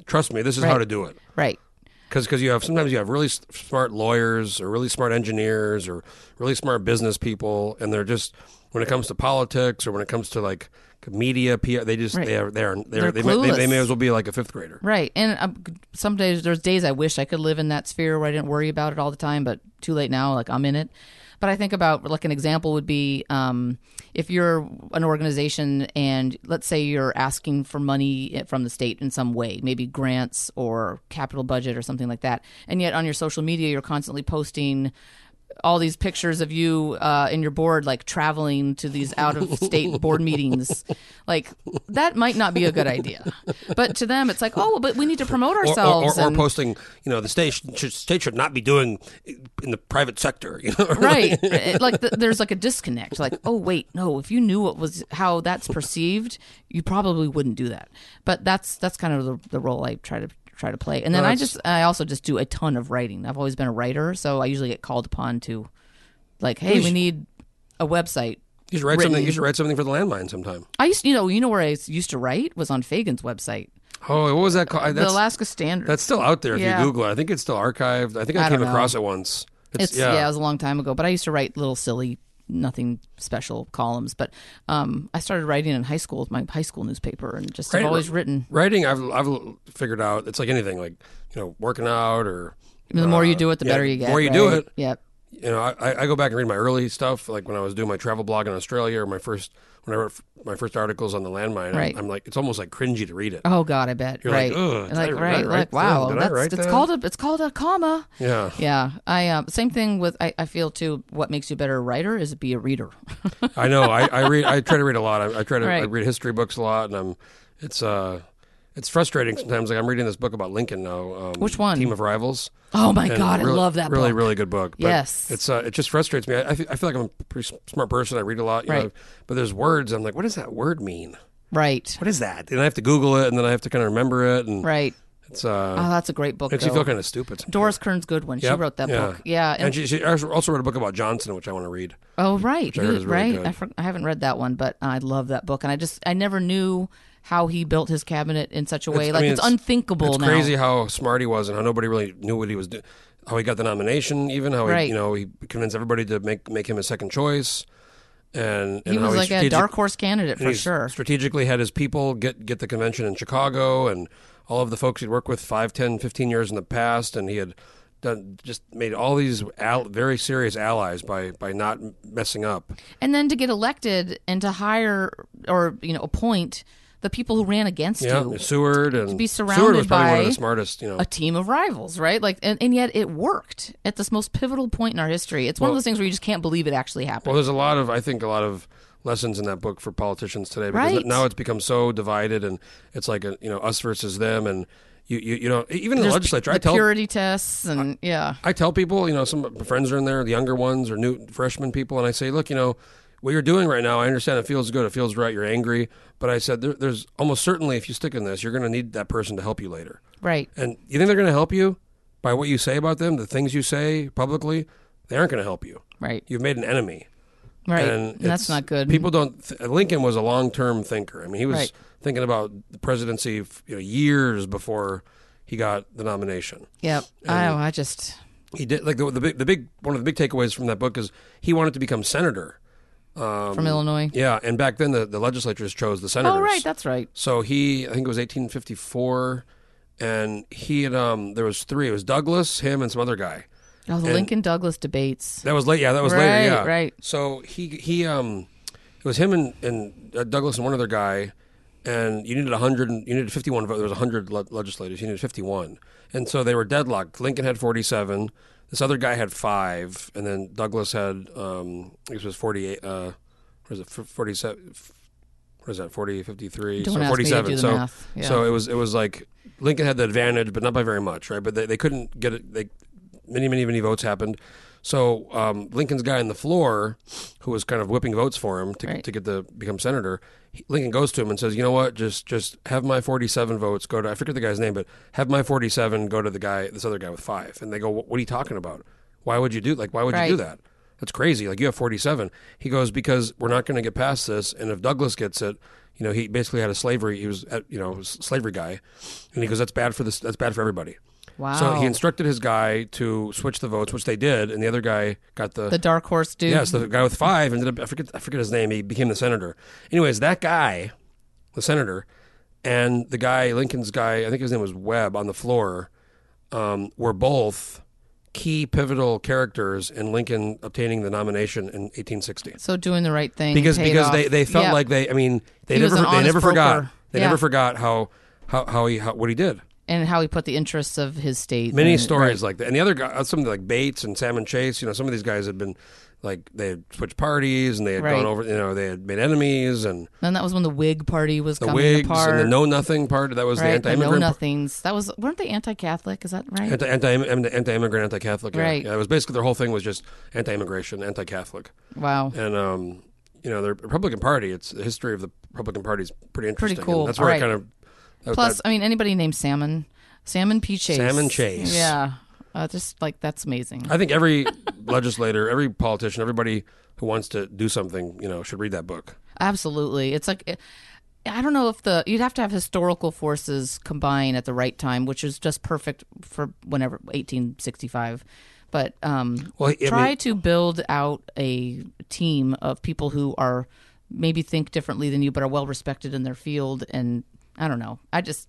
Speaker 2: trust me this is how
Speaker 3: Right.
Speaker 2: to do it
Speaker 3: right
Speaker 2: because you have sometimes you have really s- smart lawyers or really smart engineers or really smart business people, and they're just when it comes to politics or when it comes to like media, PR, they just
Speaker 3: Right.
Speaker 2: they are they are they're,
Speaker 3: They're
Speaker 2: they, may, they, they may
Speaker 3: clueless.
Speaker 2: as well be like a fifth grader.
Speaker 3: Right. And um, some days, there's days I wish I could live in that sphere where I didn't worry about it all the time, but too late now, like I'm in it. But I think about, like, an example would be um, if you're an organization and let's say you're asking for money eh, from the state in some way, maybe grants or capital budget or something like that. And yet on your social media, you're constantly posting all these pictures of you uh, in your board, like traveling to these out of state board meetings. Like, that might not be a good idea. But to them, it's like, oh, but we need to promote
Speaker 2: Or, or,
Speaker 3: ourselves.
Speaker 2: or, or
Speaker 3: and-
Speaker 2: posting, you know, the state should, should- state should not be doing in the private sector. You know,
Speaker 3: right It- like th there's like a disconnect like oh wait no if you knew what was how that's perceived you probably wouldn't do that but that's that's kind of the, the role i try to try to play and then i just i also just do a ton of writing i've always been a writer so i usually get called upon to like hey we need a website
Speaker 2: you should write
Speaker 3: Written.
Speaker 2: something. You should write something for the landmine sometime.
Speaker 3: i used you know you know where i used to write was on fagan's website
Speaker 2: Oh, what was that called? I-
Speaker 3: the
Speaker 2: That's,
Speaker 3: alaska standard
Speaker 2: that's still out there if
Speaker 3: Yeah.
Speaker 2: you Google it. I think it's still archived. I think I,
Speaker 3: I
Speaker 2: came
Speaker 3: don't know.
Speaker 2: across it once.
Speaker 3: It's yeah. it was a long time ago, but I used to write little silly, nothing special columns. But um, I started writing in high school with my high school newspaper, and just
Speaker 2: Right,
Speaker 3: have always
Speaker 2: right.
Speaker 3: written.
Speaker 2: writing i've i've figured out it's like anything like you know working out or
Speaker 3: The more you do it, the
Speaker 2: yeah,
Speaker 3: better you get.
Speaker 2: the more you do
Speaker 3: right?
Speaker 2: it.
Speaker 3: Yep.
Speaker 2: you know I, I go back and read my early stuff like when i was doing my travel blog in australia or my first when i wrote f- my first articles on the landmine
Speaker 3: Right.
Speaker 2: i'm like it's almost like cringy to read it
Speaker 3: Oh God, I bet.
Speaker 2: You're like,
Speaker 3: right.
Speaker 2: "Ugh, did I-
Speaker 3: like
Speaker 2: did I write
Speaker 3: right. Like wow.
Speaker 2: that? Did I
Speaker 3: That's
Speaker 2: write
Speaker 3: it's
Speaker 2: that?"
Speaker 3: called a it's called a comma.
Speaker 2: yeah
Speaker 3: Yeah. I um, same thing with I, I feel too. What makes you a better writer is be a reader.
Speaker 2: i know i, I read i try to read a lot i, I try to I
Speaker 3: Right.
Speaker 2: read history books a lot and i'm it's uh it's frustrating sometimes like i'm reading this book about lincoln now um,
Speaker 3: Which one?
Speaker 2: team of rivals
Speaker 3: oh my
Speaker 2: And
Speaker 3: God,
Speaker 2: really-
Speaker 3: I love that
Speaker 2: Really,
Speaker 3: book.
Speaker 2: really good book. But
Speaker 3: Yes.
Speaker 2: it's uh, it just frustrates me. I, I, feel, I feel like I'm a pretty s- smart person. I read a lot, you
Speaker 3: Right.
Speaker 2: know, but there's words. I'm like, what does that word mean?
Speaker 3: Right.
Speaker 2: What is that? And I have to Google it, and then I have to kind of remember it. And
Speaker 3: Right.
Speaker 2: It's uh,
Speaker 3: Oh, that's a great book.
Speaker 2: makes you
Speaker 3: though.
Speaker 2: feel kind of stupid. sometimes.
Speaker 3: Doris Kearns Goodwin. She
Speaker 2: Yep,
Speaker 3: wrote that
Speaker 2: yeah.
Speaker 3: book. Yeah.
Speaker 2: and, she, she also also wrote a book about Johnson, which I want to read.
Speaker 3: Oh right,
Speaker 2: I heard
Speaker 3: Who-
Speaker 2: is really
Speaker 3: right.
Speaker 2: good.
Speaker 3: I, for, I haven't read that one, but I love that book, and I just I never knew how he built his cabinet in such a way.
Speaker 2: I
Speaker 3: like
Speaker 2: mean,
Speaker 3: it's,
Speaker 2: it's-
Speaker 3: unthinkable
Speaker 2: It's
Speaker 3: now.
Speaker 2: crazy how smart he was and how nobody really knew what he was doing. How he got the nomination, even how he,
Speaker 3: Right.
Speaker 2: you know he convinced everybody to make make him his second choice, and, and
Speaker 3: He
Speaker 2: how
Speaker 3: was like a
Speaker 2: strategic-
Speaker 3: dark horse candidate
Speaker 2: and
Speaker 3: for
Speaker 2: he
Speaker 3: sure.
Speaker 2: Strategically had his people get get the convention in Chicago and all of the folks he'd worked with 5, 10, 15 years in the past, and he had done just made all these al- very serious allies by by not messing up.
Speaker 3: And then to get elected and to hire or you know appoint the people who ran against
Speaker 2: Yeah,
Speaker 3: you,
Speaker 2: Seward and
Speaker 3: be
Speaker 2: Seward was
Speaker 3: surrounded
Speaker 2: probably one of
Speaker 3: by
Speaker 2: the smartest. You know,
Speaker 3: a team of rivals, right? Like, and, and yet it worked at this most pivotal point in our history. It's one of those things where you just can't believe it actually happened.
Speaker 2: Well, there's a lot of, I think, a lot of lessons in that book for politicians today because
Speaker 3: Right.
Speaker 2: now it's become so divided and it's like a, you know us versus them and you you, you know even in the
Speaker 3: There's
Speaker 2: legislature.
Speaker 3: the
Speaker 2: I tell
Speaker 3: purity tests and yeah.
Speaker 2: I tell people you know some of my friends are in there, the younger ones or new freshman people, and I say, look, you know. What you're doing right now, I understand it feels good, it feels right, you're angry, but I said there, there's almost certainly if you stick in this, you're going to need that person to help you later.
Speaker 3: Right.
Speaker 2: And you think they're going to help you by what you say about them, the things you say publicly, they aren't going to help you.
Speaker 3: Right.
Speaker 2: You've made an enemy.
Speaker 3: Right.
Speaker 2: And
Speaker 3: that's
Speaker 2: it's-
Speaker 3: not good.
Speaker 2: People don't. Th- Lincoln was a long-term thinker. I mean, he was
Speaker 3: Right.
Speaker 2: thinking about the presidency f- you know, years before he got the nomination.
Speaker 3: Yep. I, I just
Speaker 2: He did like the, the big, the big one of the big takeaways from that book is he wanted to become senator.
Speaker 3: from Illinois.
Speaker 2: um, Yeah, and back then the, the legislatures chose the senators.
Speaker 3: Oh, right, that's right.
Speaker 2: So he, I think it was 1854, and he and um, there was three. It was Douglas, him, and some other guy.
Speaker 3: Oh, the Lincoln Douglas debates.
Speaker 2: That was late. Yeah, that was
Speaker 3: Right,
Speaker 2: later. Yeah,
Speaker 3: right.
Speaker 2: So he he um, it was him and and uh, Douglas and one other guy, and you needed hundred. You needed fifty one votes. There was hundred le- legislators. You needed fifty one, and so they were deadlocked. Lincoln had forty seven. This other guy had five, and then Douglas had um, I guess it was forty eight. Uh, what is it? Forty seven. What is that? 40, 53,
Speaker 3: Don't
Speaker 2: so
Speaker 3: ask me to
Speaker 2: 47.
Speaker 3: do the
Speaker 2: so,
Speaker 3: math. Yeah.
Speaker 2: so it was it was like Lincoln had the advantage, but not by very much, right? But they, they couldn't get it. They many many many votes happened. So um, Lincoln's guy on the floor, who was kind of whipping votes for him to,
Speaker 3: Right.
Speaker 2: to get the become senator, he- Lincoln goes to him and says, "You know what? Just just have my forty seven votes go to I forget the guy's name, but have my forty seven go to the guy this other guy with five. And they go, "What what are you talking about? Why would you do like Why would you do
Speaker 3: Right.
Speaker 2: that? That's crazy. Like you have 47. He goes because we're not going to get past this. And if Douglas gets it, you know, he basically had a slavery. He was, uh, you know, s- slavery guy, and he goes, that's bad for this. That's bad for everybody.
Speaker 3: Wow.
Speaker 2: So he instructed his guy to switch the votes, which they did, and the other guy got the,
Speaker 3: the dark horse dude.
Speaker 2: yes, the guy with five ended up. I forget. I forget his name. He became the senator. Anyways, that guy, the senator, and the guy Lincoln's guy, I think his name was Webb, on the floor, um, were both key pivotal characters in Lincoln obtaining the nomination in 1860.
Speaker 3: so doing the right thing
Speaker 2: Because
Speaker 3: paid
Speaker 2: because they,
Speaker 3: off.
Speaker 2: they felt
Speaker 3: Yeah.
Speaker 2: like they. I mean, they
Speaker 3: He was
Speaker 2: never
Speaker 3: an
Speaker 2: they
Speaker 3: honest
Speaker 2: never forgot
Speaker 3: broker.
Speaker 2: they
Speaker 3: Yeah.
Speaker 2: never forgot how how how he how, what he did.
Speaker 3: and how he put the interests of his state.
Speaker 2: Many
Speaker 3: and-
Speaker 2: stories like that. And the other guy, uh, some of the, like Bates and Salmon Chase, you know, some of these guys had been like they had switched parties and they had
Speaker 3: Right.
Speaker 2: gone over, you know, they had made enemies and
Speaker 3: Then that was when the Whig party was
Speaker 2: the
Speaker 3: coming
Speaker 2: Whigs
Speaker 3: apart.
Speaker 2: and the Know Nothing part. That was
Speaker 3: right,
Speaker 2: the
Speaker 3: the know
Speaker 2: anti-immigrant, par-
Speaker 3: nothings. That was weren't they anti-Catholic? Is that right?
Speaker 2: anti anti anti-immigrant, anti-Catholic. Yeah.
Speaker 3: Right.
Speaker 2: Yeah, it was basically their whole thing was just anti-immigration, anti-Catholic,
Speaker 3: wow.
Speaker 2: and um, you know, the Republican Party. It's the history of the Republican Party is pretty interesting. and
Speaker 3: cool.
Speaker 2: That's where
Speaker 3: Right.
Speaker 2: I kind of that-
Speaker 3: Plus,
Speaker 2: that-
Speaker 3: I mean, anybody named Salmon, Salmon P. Chase,
Speaker 2: Salmon Chase.
Speaker 3: Yeah, uh, just like that's amazing.
Speaker 2: I think every legislator, every politician, everybody who wants to do something, you know, should read that book.
Speaker 3: Absolutely. It's like eh, I don't know if the you'd have to have historical forces combine at the right time, which is just perfect for whenever 1865. But um
Speaker 2: Well, I
Speaker 3: try
Speaker 2: mean-
Speaker 3: to build out a team of people who are maybe think differently than you but are well respected in their field and I don't know. I just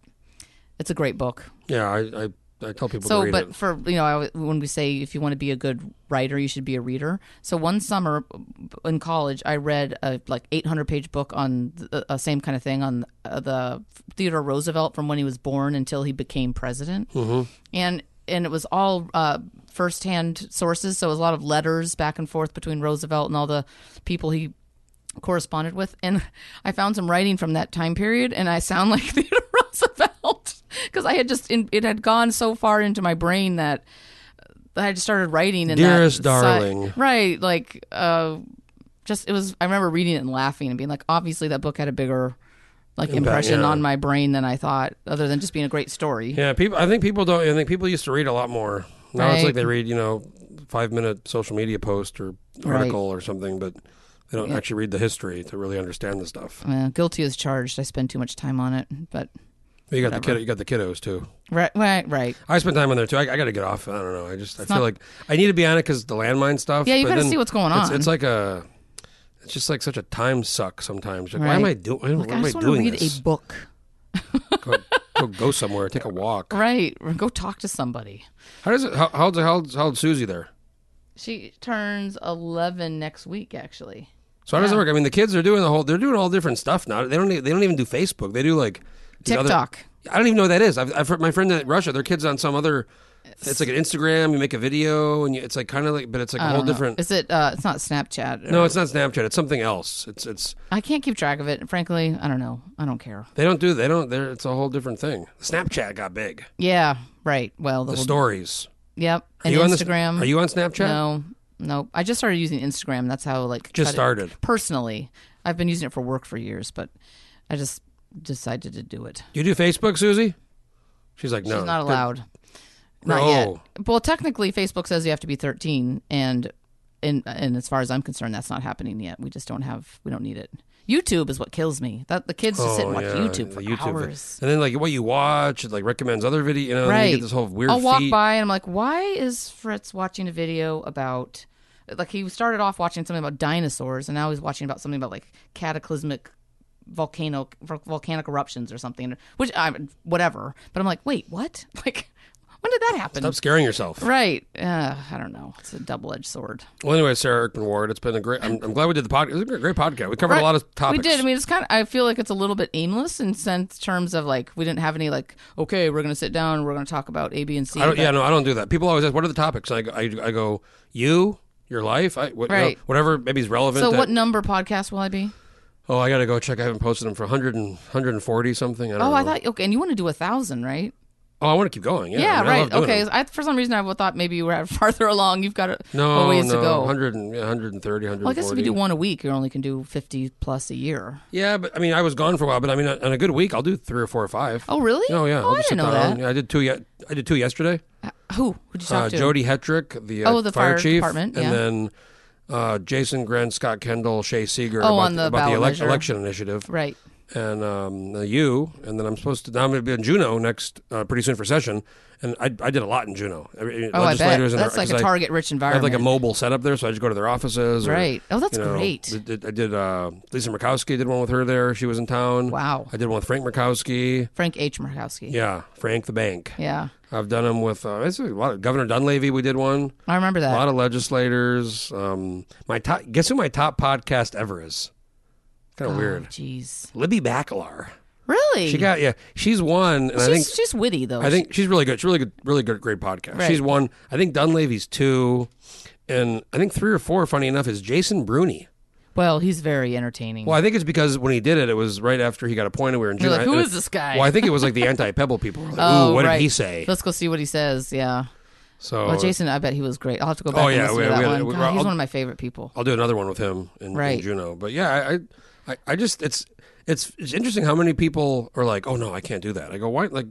Speaker 3: it's a great book.
Speaker 2: Yeah, I I, I tell people to
Speaker 3: So,
Speaker 2: read
Speaker 3: but
Speaker 2: it.
Speaker 3: for you know, I, always- when we say if you want to be a good writer, you should be a reader. So one summer in college, I read a like 800 page book on the uh, same kind of thing on uh, the Theodore Roosevelt from when he was born until he became president, mm-hmm. and and it was all uh, firsthand sources. So it was a lot of letters back and forth between Roosevelt and all the people he corresponded with and i found some writing from that time period and i sound like theodore roosevelt because i had just in, it had gone so far into my brain that that i just started writing and
Speaker 2: Dearest
Speaker 3: that, si-
Speaker 2: darling.
Speaker 3: right like uh just it was i remember reading it and laughing and being like obviously that book had a bigger like impression
Speaker 2: yeah.
Speaker 3: on my brain than I thought, other than just being a great story.
Speaker 2: Yeah, people. I think people don't. I think people used to read a lot more. Now it's
Speaker 3: Right.
Speaker 2: like they read, you know, five minute social media post or
Speaker 3: Right.
Speaker 2: article or something, but they don't actually read the history to really understand the stuff.
Speaker 3: Uh, guilty as charged. I spend too much time on it, but
Speaker 2: But you got the kid. You got the kiddos too.
Speaker 3: right, right, right.
Speaker 2: I spent time on there too. I, I got to get off. I don't know. I just I feel
Speaker 3: not-
Speaker 2: like I need to be on it because the landmine stuff.
Speaker 3: Yeah, you
Speaker 2: but
Speaker 3: gotta
Speaker 2: then
Speaker 3: see what's going
Speaker 2: It's,
Speaker 3: on.
Speaker 2: it's like a. It's just like such a time suck sometimes. Like, Why am
Speaker 3: Right.
Speaker 2: I doing? Why
Speaker 3: Look, I
Speaker 2: am I
Speaker 3: just want to
Speaker 2: doing
Speaker 3: read
Speaker 2: this?
Speaker 3: a book.
Speaker 2: go, go, go somewhere. Take a walk.
Speaker 3: Right, or go talk to somebody.
Speaker 2: How does it? How, how, old's- how, old's- how old's Susie there?
Speaker 3: She turns eleven next week, actually.
Speaker 2: So how does it work? I mean, the kids are doing the whole. They're doing all different stuff now. They don't. e- They don't even do Facebook. They do like these other-
Speaker 3: TikTok.
Speaker 2: I don't even know what that is. I've, I've heard my friend in Russia. Their kids on some other. It's like an Instagram. You make a video, and you, it's like kind of like, but it's like a whole
Speaker 3: I don't know.
Speaker 2: different.
Speaker 3: Is it? Uh, it's not Snapchat. or-
Speaker 2: no, it's not Snapchat. It's something else. It's it's
Speaker 3: I can't keep track of it. Frankly, I don't know. I don't care.
Speaker 2: they don't do they don't. They're, it's a whole different thing. Snapchat got big.
Speaker 3: Yeah, right. Well, the,
Speaker 2: The
Speaker 3: whole,
Speaker 2: stories.
Speaker 3: yep. And
Speaker 2: you on the-
Speaker 3: Instagram.
Speaker 2: are you on Snapchat?
Speaker 3: No, no. I just started using Instagram. That's how like
Speaker 2: Just
Speaker 3: cut it-
Speaker 2: started.
Speaker 3: personally. I've been using it for work for years, but I just decided to do it.
Speaker 2: Do you do Facebook, Susie? She's like no.
Speaker 3: She's not allowed.
Speaker 2: Oh, No.
Speaker 3: Not yet. Well, technically, Facebook says you have to be 13, and and and as far as I'm concerned, that's not happening yet. We just don't have. We don't need it. YouTube is what kills me. That the kids just sit and watch
Speaker 2: Oh, yeah,
Speaker 3: YouTube
Speaker 2: the
Speaker 3: for
Speaker 2: YouTube thing.
Speaker 3: hours.
Speaker 2: and then like what you watch, it like recommends other video. You know, and then
Speaker 3: Right.
Speaker 2: you get this whole weird.
Speaker 3: I'll walk
Speaker 2: feed.
Speaker 3: by and I'm like, why is Fritz watching a video about? Like he started off watching something about dinosaurs, and now he's watching about something about like cataclysmic volcano vol- volcanic eruptions or something. Which I whatever. But I'm like, wait, what? Like, when did that happen?
Speaker 2: Stop scaring yourself.
Speaker 3: Right. Uh, I don't know. It's a double edged sword.
Speaker 2: Well, anyway, Sarah Erkman Ward, it's been a great. I'm, I'm glad we did the podcast. It was a great, great podcast. We covered a lot of topics.
Speaker 3: We did. I mean, it's kind of, I feel like it's a little bit aimless in sense terms of like, we didn't have any like, okay, we're going to sit down, we're going to talk about A, B, and C.
Speaker 2: I don't,
Speaker 3: but-
Speaker 2: yeah, no, I don't do that. People always ask, "What are the topics?" I go, I, I go you, your life, I, what, you know,
Speaker 3: Right.
Speaker 2: whatever maybe is relevant.
Speaker 3: so,
Speaker 2: that-
Speaker 3: what number podcast will I be?
Speaker 2: oh, I got to go check. I haven't posted them for 100 and, 140 something. I don't
Speaker 3: Oh, I
Speaker 2: know.
Speaker 3: thought, okay, and you want to do a thousand, right?
Speaker 2: Oh, I want to keep going. Yeah, I
Speaker 3: Yeah,
Speaker 2: mean, I love
Speaker 3: right.
Speaker 2: doing
Speaker 3: Okay.
Speaker 2: them.
Speaker 3: I, for some reason, I thought maybe you were farther along. You've got a,
Speaker 2: No,
Speaker 3: a ways
Speaker 2: no,
Speaker 3: to go.
Speaker 2: 100 and, yeah, 130, 140.
Speaker 3: Well, I guess if you do one a week, you only can do 50 plus a year.
Speaker 2: Yeah, but I mean, I was gone for a while, but I mean, on a good week, I'll do three or four or five.
Speaker 3: Oh, really?
Speaker 2: No, yeah.
Speaker 3: Oh,
Speaker 2: I'll
Speaker 3: I
Speaker 2: just
Speaker 3: didn't
Speaker 2: sit
Speaker 3: know
Speaker 2: down.
Speaker 3: that.
Speaker 2: Yeah, I did two. Yet I did two yesterday.
Speaker 3: Who? Who'd you talk
Speaker 2: uh,
Speaker 3: to?
Speaker 2: Jody Hetrick, the uh,
Speaker 3: Oh, the fire
Speaker 2: chief,
Speaker 3: department,
Speaker 2: and
Speaker 3: yeah.
Speaker 2: then uh, Jason Grant, Scott Kendall, Shay Seeger
Speaker 3: Oh,
Speaker 2: about,
Speaker 3: on the
Speaker 2: about the
Speaker 3: ballot
Speaker 2: elec-
Speaker 3: measure.
Speaker 2: election initiative,
Speaker 3: Right.
Speaker 2: and um, uh, you, and then I'm supposed to now I'm going to be in Juneau next uh, pretty soon for session, and I, I did a lot in Juneau. I mean,
Speaker 3: Oh, I bet.
Speaker 2: legislators and
Speaker 3: That's like a
Speaker 2: because I-
Speaker 3: target rich
Speaker 2: I have
Speaker 3: environment.
Speaker 2: like a mobile setup there, so I just go to their offices. or,
Speaker 3: Right. Oh, that's
Speaker 2: you know,
Speaker 3: great.
Speaker 2: I did, I did, uh, Lisa Murkowski did one with her there. She was in town.
Speaker 3: Wow.
Speaker 2: I did one with Frank Murkowski.
Speaker 3: Frank H. Murkowski.
Speaker 2: Yeah, Frank the Bank.
Speaker 3: Yeah.
Speaker 2: I've done them with uh, it's a lot of, Governor Dunleavy. We did one.
Speaker 3: I remember
Speaker 2: A lot
Speaker 3: that.
Speaker 2: of legislators. Um, my top, guess who my top podcast ever is? Kind of weird.
Speaker 3: Jeez.
Speaker 2: Libby Bacalar.
Speaker 3: Really?
Speaker 2: She got yeah. She's one, and I
Speaker 3: she's,
Speaker 2: think
Speaker 3: she's witty though.
Speaker 2: I think she's really good. She's really good, really good, great podcast.
Speaker 3: Right.
Speaker 2: She's one. I think Dunleavy's two, and I think three or four. Funny enough, is Jason Bruni.
Speaker 3: Well, he's very entertaining.
Speaker 2: Well, I think it's because when he did it, it was right after he got appointed. We were in June.
Speaker 3: You're like,
Speaker 2: I-
Speaker 3: who
Speaker 2: and-
Speaker 3: is this guy?
Speaker 2: Well, I think it was like the anti-Pebble people. We're like,
Speaker 3: Oh,
Speaker 2: Ooh, what
Speaker 3: right.
Speaker 2: did he say?
Speaker 3: Let's go see what he says. Yeah.
Speaker 2: So
Speaker 3: Well, Jason, I bet he was great. I'll have to go back
Speaker 2: Oh,
Speaker 3: and
Speaker 2: yeah,
Speaker 3: listen
Speaker 2: we-
Speaker 3: to that
Speaker 2: we-
Speaker 3: one.
Speaker 2: we-
Speaker 3: God,
Speaker 2: I'll-
Speaker 3: he's one of my favorite people.
Speaker 2: I'll do another one with him in, in
Speaker 3: Right.
Speaker 2: Juno. But yeah, I, I, I just it's it's it's interesting how many people are like, oh no, I can't do that. I go, why? Like,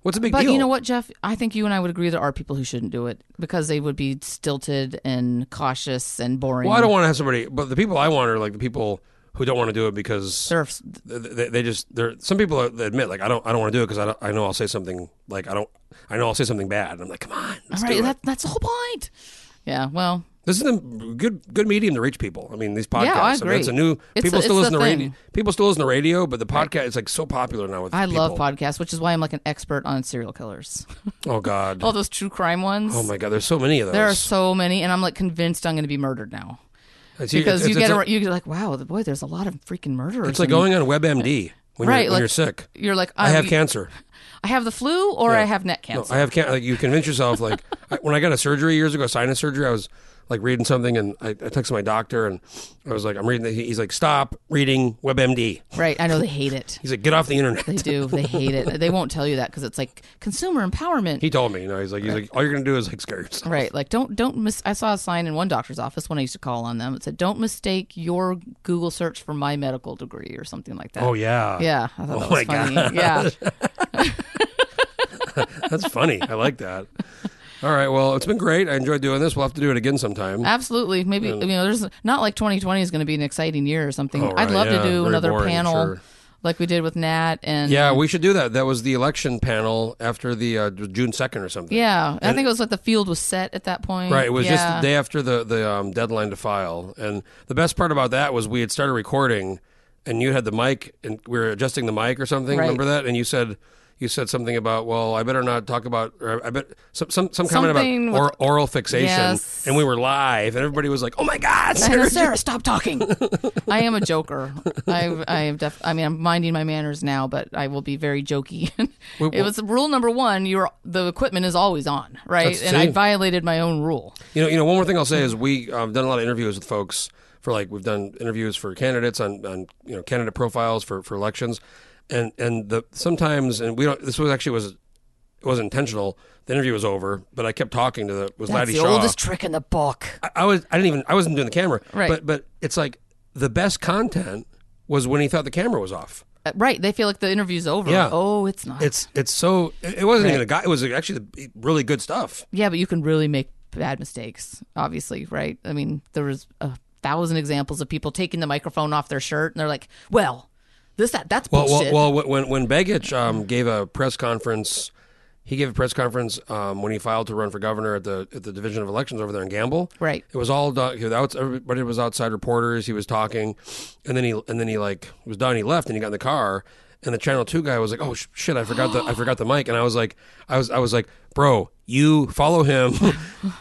Speaker 2: what's a big
Speaker 3: But
Speaker 2: deal?
Speaker 3: you know what, Jeff? I think you and I would agree there are people who shouldn't do it because they would be stilted and cautious and boring.
Speaker 2: Well, I don't want to have somebody, but the people I want are like the people who don't want to do it because
Speaker 3: surf.
Speaker 2: th- they, they just they're some people are, they admit like I don't I don't want to do it because I don't, I know I'll say something like I don't I know I'll say something bad and I'm like come on let's do
Speaker 3: Right.
Speaker 2: it.
Speaker 3: That, that's the whole point. Yeah. Well,
Speaker 2: This is a good good medium to reach people. I mean, these podcasts.
Speaker 3: Yeah, I
Speaker 2: mean, it's a
Speaker 3: agree.
Speaker 2: new
Speaker 3: It's
Speaker 2: people
Speaker 3: the-
Speaker 2: still listen
Speaker 3: it's the
Speaker 2: to radio.
Speaker 3: thing.
Speaker 2: People still listen to radio, but the podcast is like so popular now with
Speaker 3: I love
Speaker 2: people.
Speaker 3: podcasts, which is why I'm like an expert on serial killers.
Speaker 2: Oh God.
Speaker 3: All those true crime ones.
Speaker 2: Oh my God, there's so many of those.
Speaker 3: There are so many, and I'm like convinced I'm going to be murdered now
Speaker 2: It's- e,
Speaker 3: because
Speaker 2: it's-
Speaker 3: you
Speaker 2: it's
Speaker 3: get
Speaker 2: a-
Speaker 3: a, you get like, wow, the- boy, there's a lot of freaking murderers.
Speaker 2: It's like
Speaker 3: and
Speaker 2: going on WebMD when, you're,
Speaker 3: Right,
Speaker 2: when
Speaker 3: like-
Speaker 2: you're sick.
Speaker 3: You're like,
Speaker 2: I
Speaker 3: I'm-
Speaker 2: have cancer.
Speaker 3: I have the flu, or I have neck
Speaker 2: No,
Speaker 3: cancer.
Speaker 2: I have can- like you convince yourself like I, when I got a surgery years ago, sinus surgery, I was like reading something, and I, I texted my doctor, and I was like, "I'm reading." the-" He's like, "Stop reading WebMD."
Speaker 3: Right. I know they hate it.
Speaker 2: He's like, "Get off the internet."
Speaker 3: They do. They hate it. They won't tell you that because it's like consumer empowerment.
Speaker 2: He told me, you know, he's like, he's like, all you're gonna do is like scare yourself.
Speaker 3: Right. Like don't don't miss I saw a sign in one doctor's office when I used to call on them. It said, Don't mistake your Google search for my medical degree or something like that.
Speaker 2: Oh yeah,
Speaker 3: Yeah. I thought
Speaker 2: Oh,
Speaker 3: that
Speaker 2: my
Speaker 3: was funny. Yeah.
Speaker 2: that's funny. I like that. All right, well, it's been great. I enjoyed doing this. We'll have to do it again sometime.
Speaker 3: Absolutely. Maybe you know, there's not like twenty twenty is gonna be an exciting year or something.
Speaker 2: Oh, right.
Speaker 3: I'd love
Speaker 2: Yeah,
Speaker 3: to do
Speaker 2: very
Speaker 3: another
Speaker 2: boring,
Speaker 3: panel
Speaker 2: sure.
Speaker 3: like we did with Nat and
Speaker 2: Yeah, we should do that. That was the election panel after the uh, June second or something.
Speaker 3: Yeah. I think it was like the field was set at that point.
Speaker 2: Right, it was just
Speaker 3: Yeah.
Speaker 2: the day after the the um, deadline to file, and the best part about that was we had started recording, and you had the mic, and we were adjusting the mic or something.
Speaker 3: Right.
Speaker 2: Remember that? And you said you said something about, well, I better not talk about, or I bet some some, some comment
Speaker 3: Something
Speaker 2: about
Speaker 3: with-
Speaker 2: or, oral fixation,
Speaker 3: Yes.
Speaker 2: and we were live, and everybody was like, oh my god,
Speaker 3: I know,
Speaker 2: Sarah,
Speaker 3: Sarah, stop talking. I am a joker. I, I am def- I mean, I'm minding my manners now, but I will be very jokey. it was rule number one: you're the equipment is always on, right?
Speaker 2: That's
Speaker 3: And I
Speaker 2: true.
Speaker 3: violated my own rule.
Speaker 2: You know, you know. One more thing I'll say is we um, done a lot of interviews with folks for like we've done interviews for candidates on, on you know candidate profiles for, for elections, and and the sometimes and we don't. This was actually was it was intentional. The interview was over, but I kept talking to the was
Speaker 3: That's
Speaker 2: Laddie
Speaker 3: the
Speaker 2: Shaw.
Speaker 3: oldest trick in the book.
Speaker 2: I, I was I didn't even I wasn't doing the camera,
Speaker 3: Right.
Speaker 2: But but it's like the best content was when he thought the camera was off.
Speaker 3: Uh, Right? They feel like the interview's over.
Speaker 2: Yeah.
Speaker 3: Oh, it's not.
Speaker 2: It's it's so it it wasn't even a guy. It was actually really good stuff.
Speaker 3: yeah, but you can really make bad mistakes, obviously, right? I mean, there was a thousand examples of people taking the microphone off their shirt, and they're like, "Well, this that that's
Speaker 2: Well,
Speaker 3: bullshit."
Speaker 2: well, well when when Begich um, gave a press conference, he gave a press conference um, when he filed to run for governor at the at the Division of Elections over there in Gamble.
Speaker 3: Right.
Speaker 2: It was all done. he was outs- Everybody was outside reporters. He was talking, and then he and then he like was done. He left and he got in the car. And the Channel Two guy was like, "Oh sh- shit, I forgot the I forgot the mic." And I was like, "I was I was like, bro, you follow him,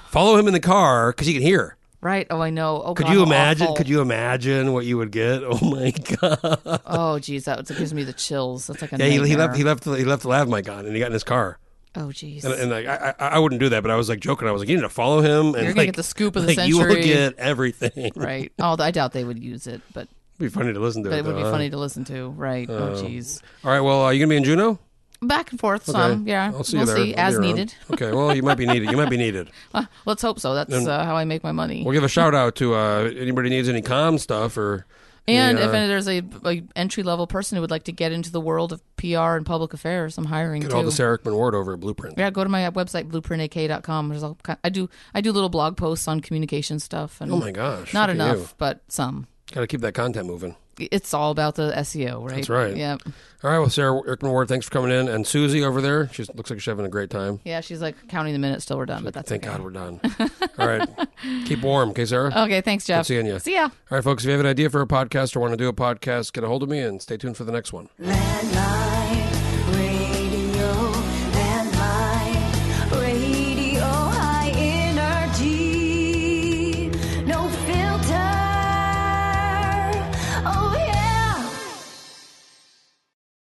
Speaker 2: follow him in the car because he can hear."
Speaker 3: right? Oh, I know. Oh,
Speaker 2: Could
Speaker 3: God,
Speaker 2: you
Speaker 3: how
Speaker 2: imagine?
Speaker 3: awful.
Speaker 2: Could you imagine what you would get? Oh my god!
Speaker 3: Oh, geez, that was- gives me the chills. That's like a
Speaker 2: uh, Yeah, he, he left.
Speaker 3: nightmare.
Speaker 2: He uh, left. He left the lav mic on, and he got in his car.
Speaker 3: oh, geez.
Speaker 2: And, and like I, I, I wouldn't do that, but I was like joking. I was like, you need to follow him. And
Speaker 3: You're gonna
Speaker 2: like,
Speaker 3: get the scoop of the
Speaker 2: like, You will
Speaker 3: century.
Speaker 2: get everything. It'd
Speaker 3: right. Although I doubt they would use it, but,
Speaker 2: be funny to listen to.
Speaker 3: but
Speaker 2: it,
Speaker 3: it would be
Speaker 2: though, huh?
Speaker 3: funny to listen to. Right.
Speaker 2: uh,
Speaker 3: oh, geez.
Speaker 2: All right. Well, are you gonna be in Juneau?
Speaker 3: Back and forth
Speaker 2: Okay.
Speaker 3: some. Um, Yeah.
Speaker 2: I'll see
Speaker 3: we'll
Speaker 2: you there.
Speaker 3: see.
Speaker 2: I'll be
Speaker 3: as
Speaker 2: around.
Speaker 3: needed.
Speaker 2: Okay. Well, you might be needed. You might be needed.
Speaker 3: Uh, let's hope so. That's uh, how I make my money.
Speaker 2: We'll give a shout out to uh, anybody needs any com stuff or.
Speaker 3: And
Speaker 2: any,
Speaker 3: if
Speaker 2: uh,
Speaker 3: there's a, a entry level person who would like to get into the world of PR and public affairs, I'm hiring
Speaker 2: get
Speaker 3: too.
Speaker 2: all the Sarah Ekman Ward over at Blueprint.
Speaker 3: yeah, go to my website blueprintak.com. There's all kind I do I do little blog posts on communication stuff and
Speaker 2: Oh my gosh.
Speaker 3: not
Speaker 2: look at
Speaker 3: enough,
Speaker 2: you.
Speaker 3: but some.
Speaker 2: Gotta keep that content moving.
Speaker 3: It's all about the SEO, right?
Speaker 2: That's right.
Speaker 3: Yeah.
Speaker 2: All right. Well, Sarah Ekman Ward, thanks for coming in, and Susie over there. She looks like she's having a great time.
Speaker 3: Yeah, she's like counting the minutes till we're done, but that's
Speaker 2: Thank
Speaker 3: okay.
Speaker 2: God we're done. all right. Keep warm, okay, Sarah.
Speaker 3: Okay, thanks, Jeff.
Speaker 2: seeing ya.
Speaker 3: See ya.
Speaker 2: All right, folks, if you have an idea for a podcast or want to do a podcast, get a hold of me and stay tuned for the next one.
Speaker 1: Landline. Oh,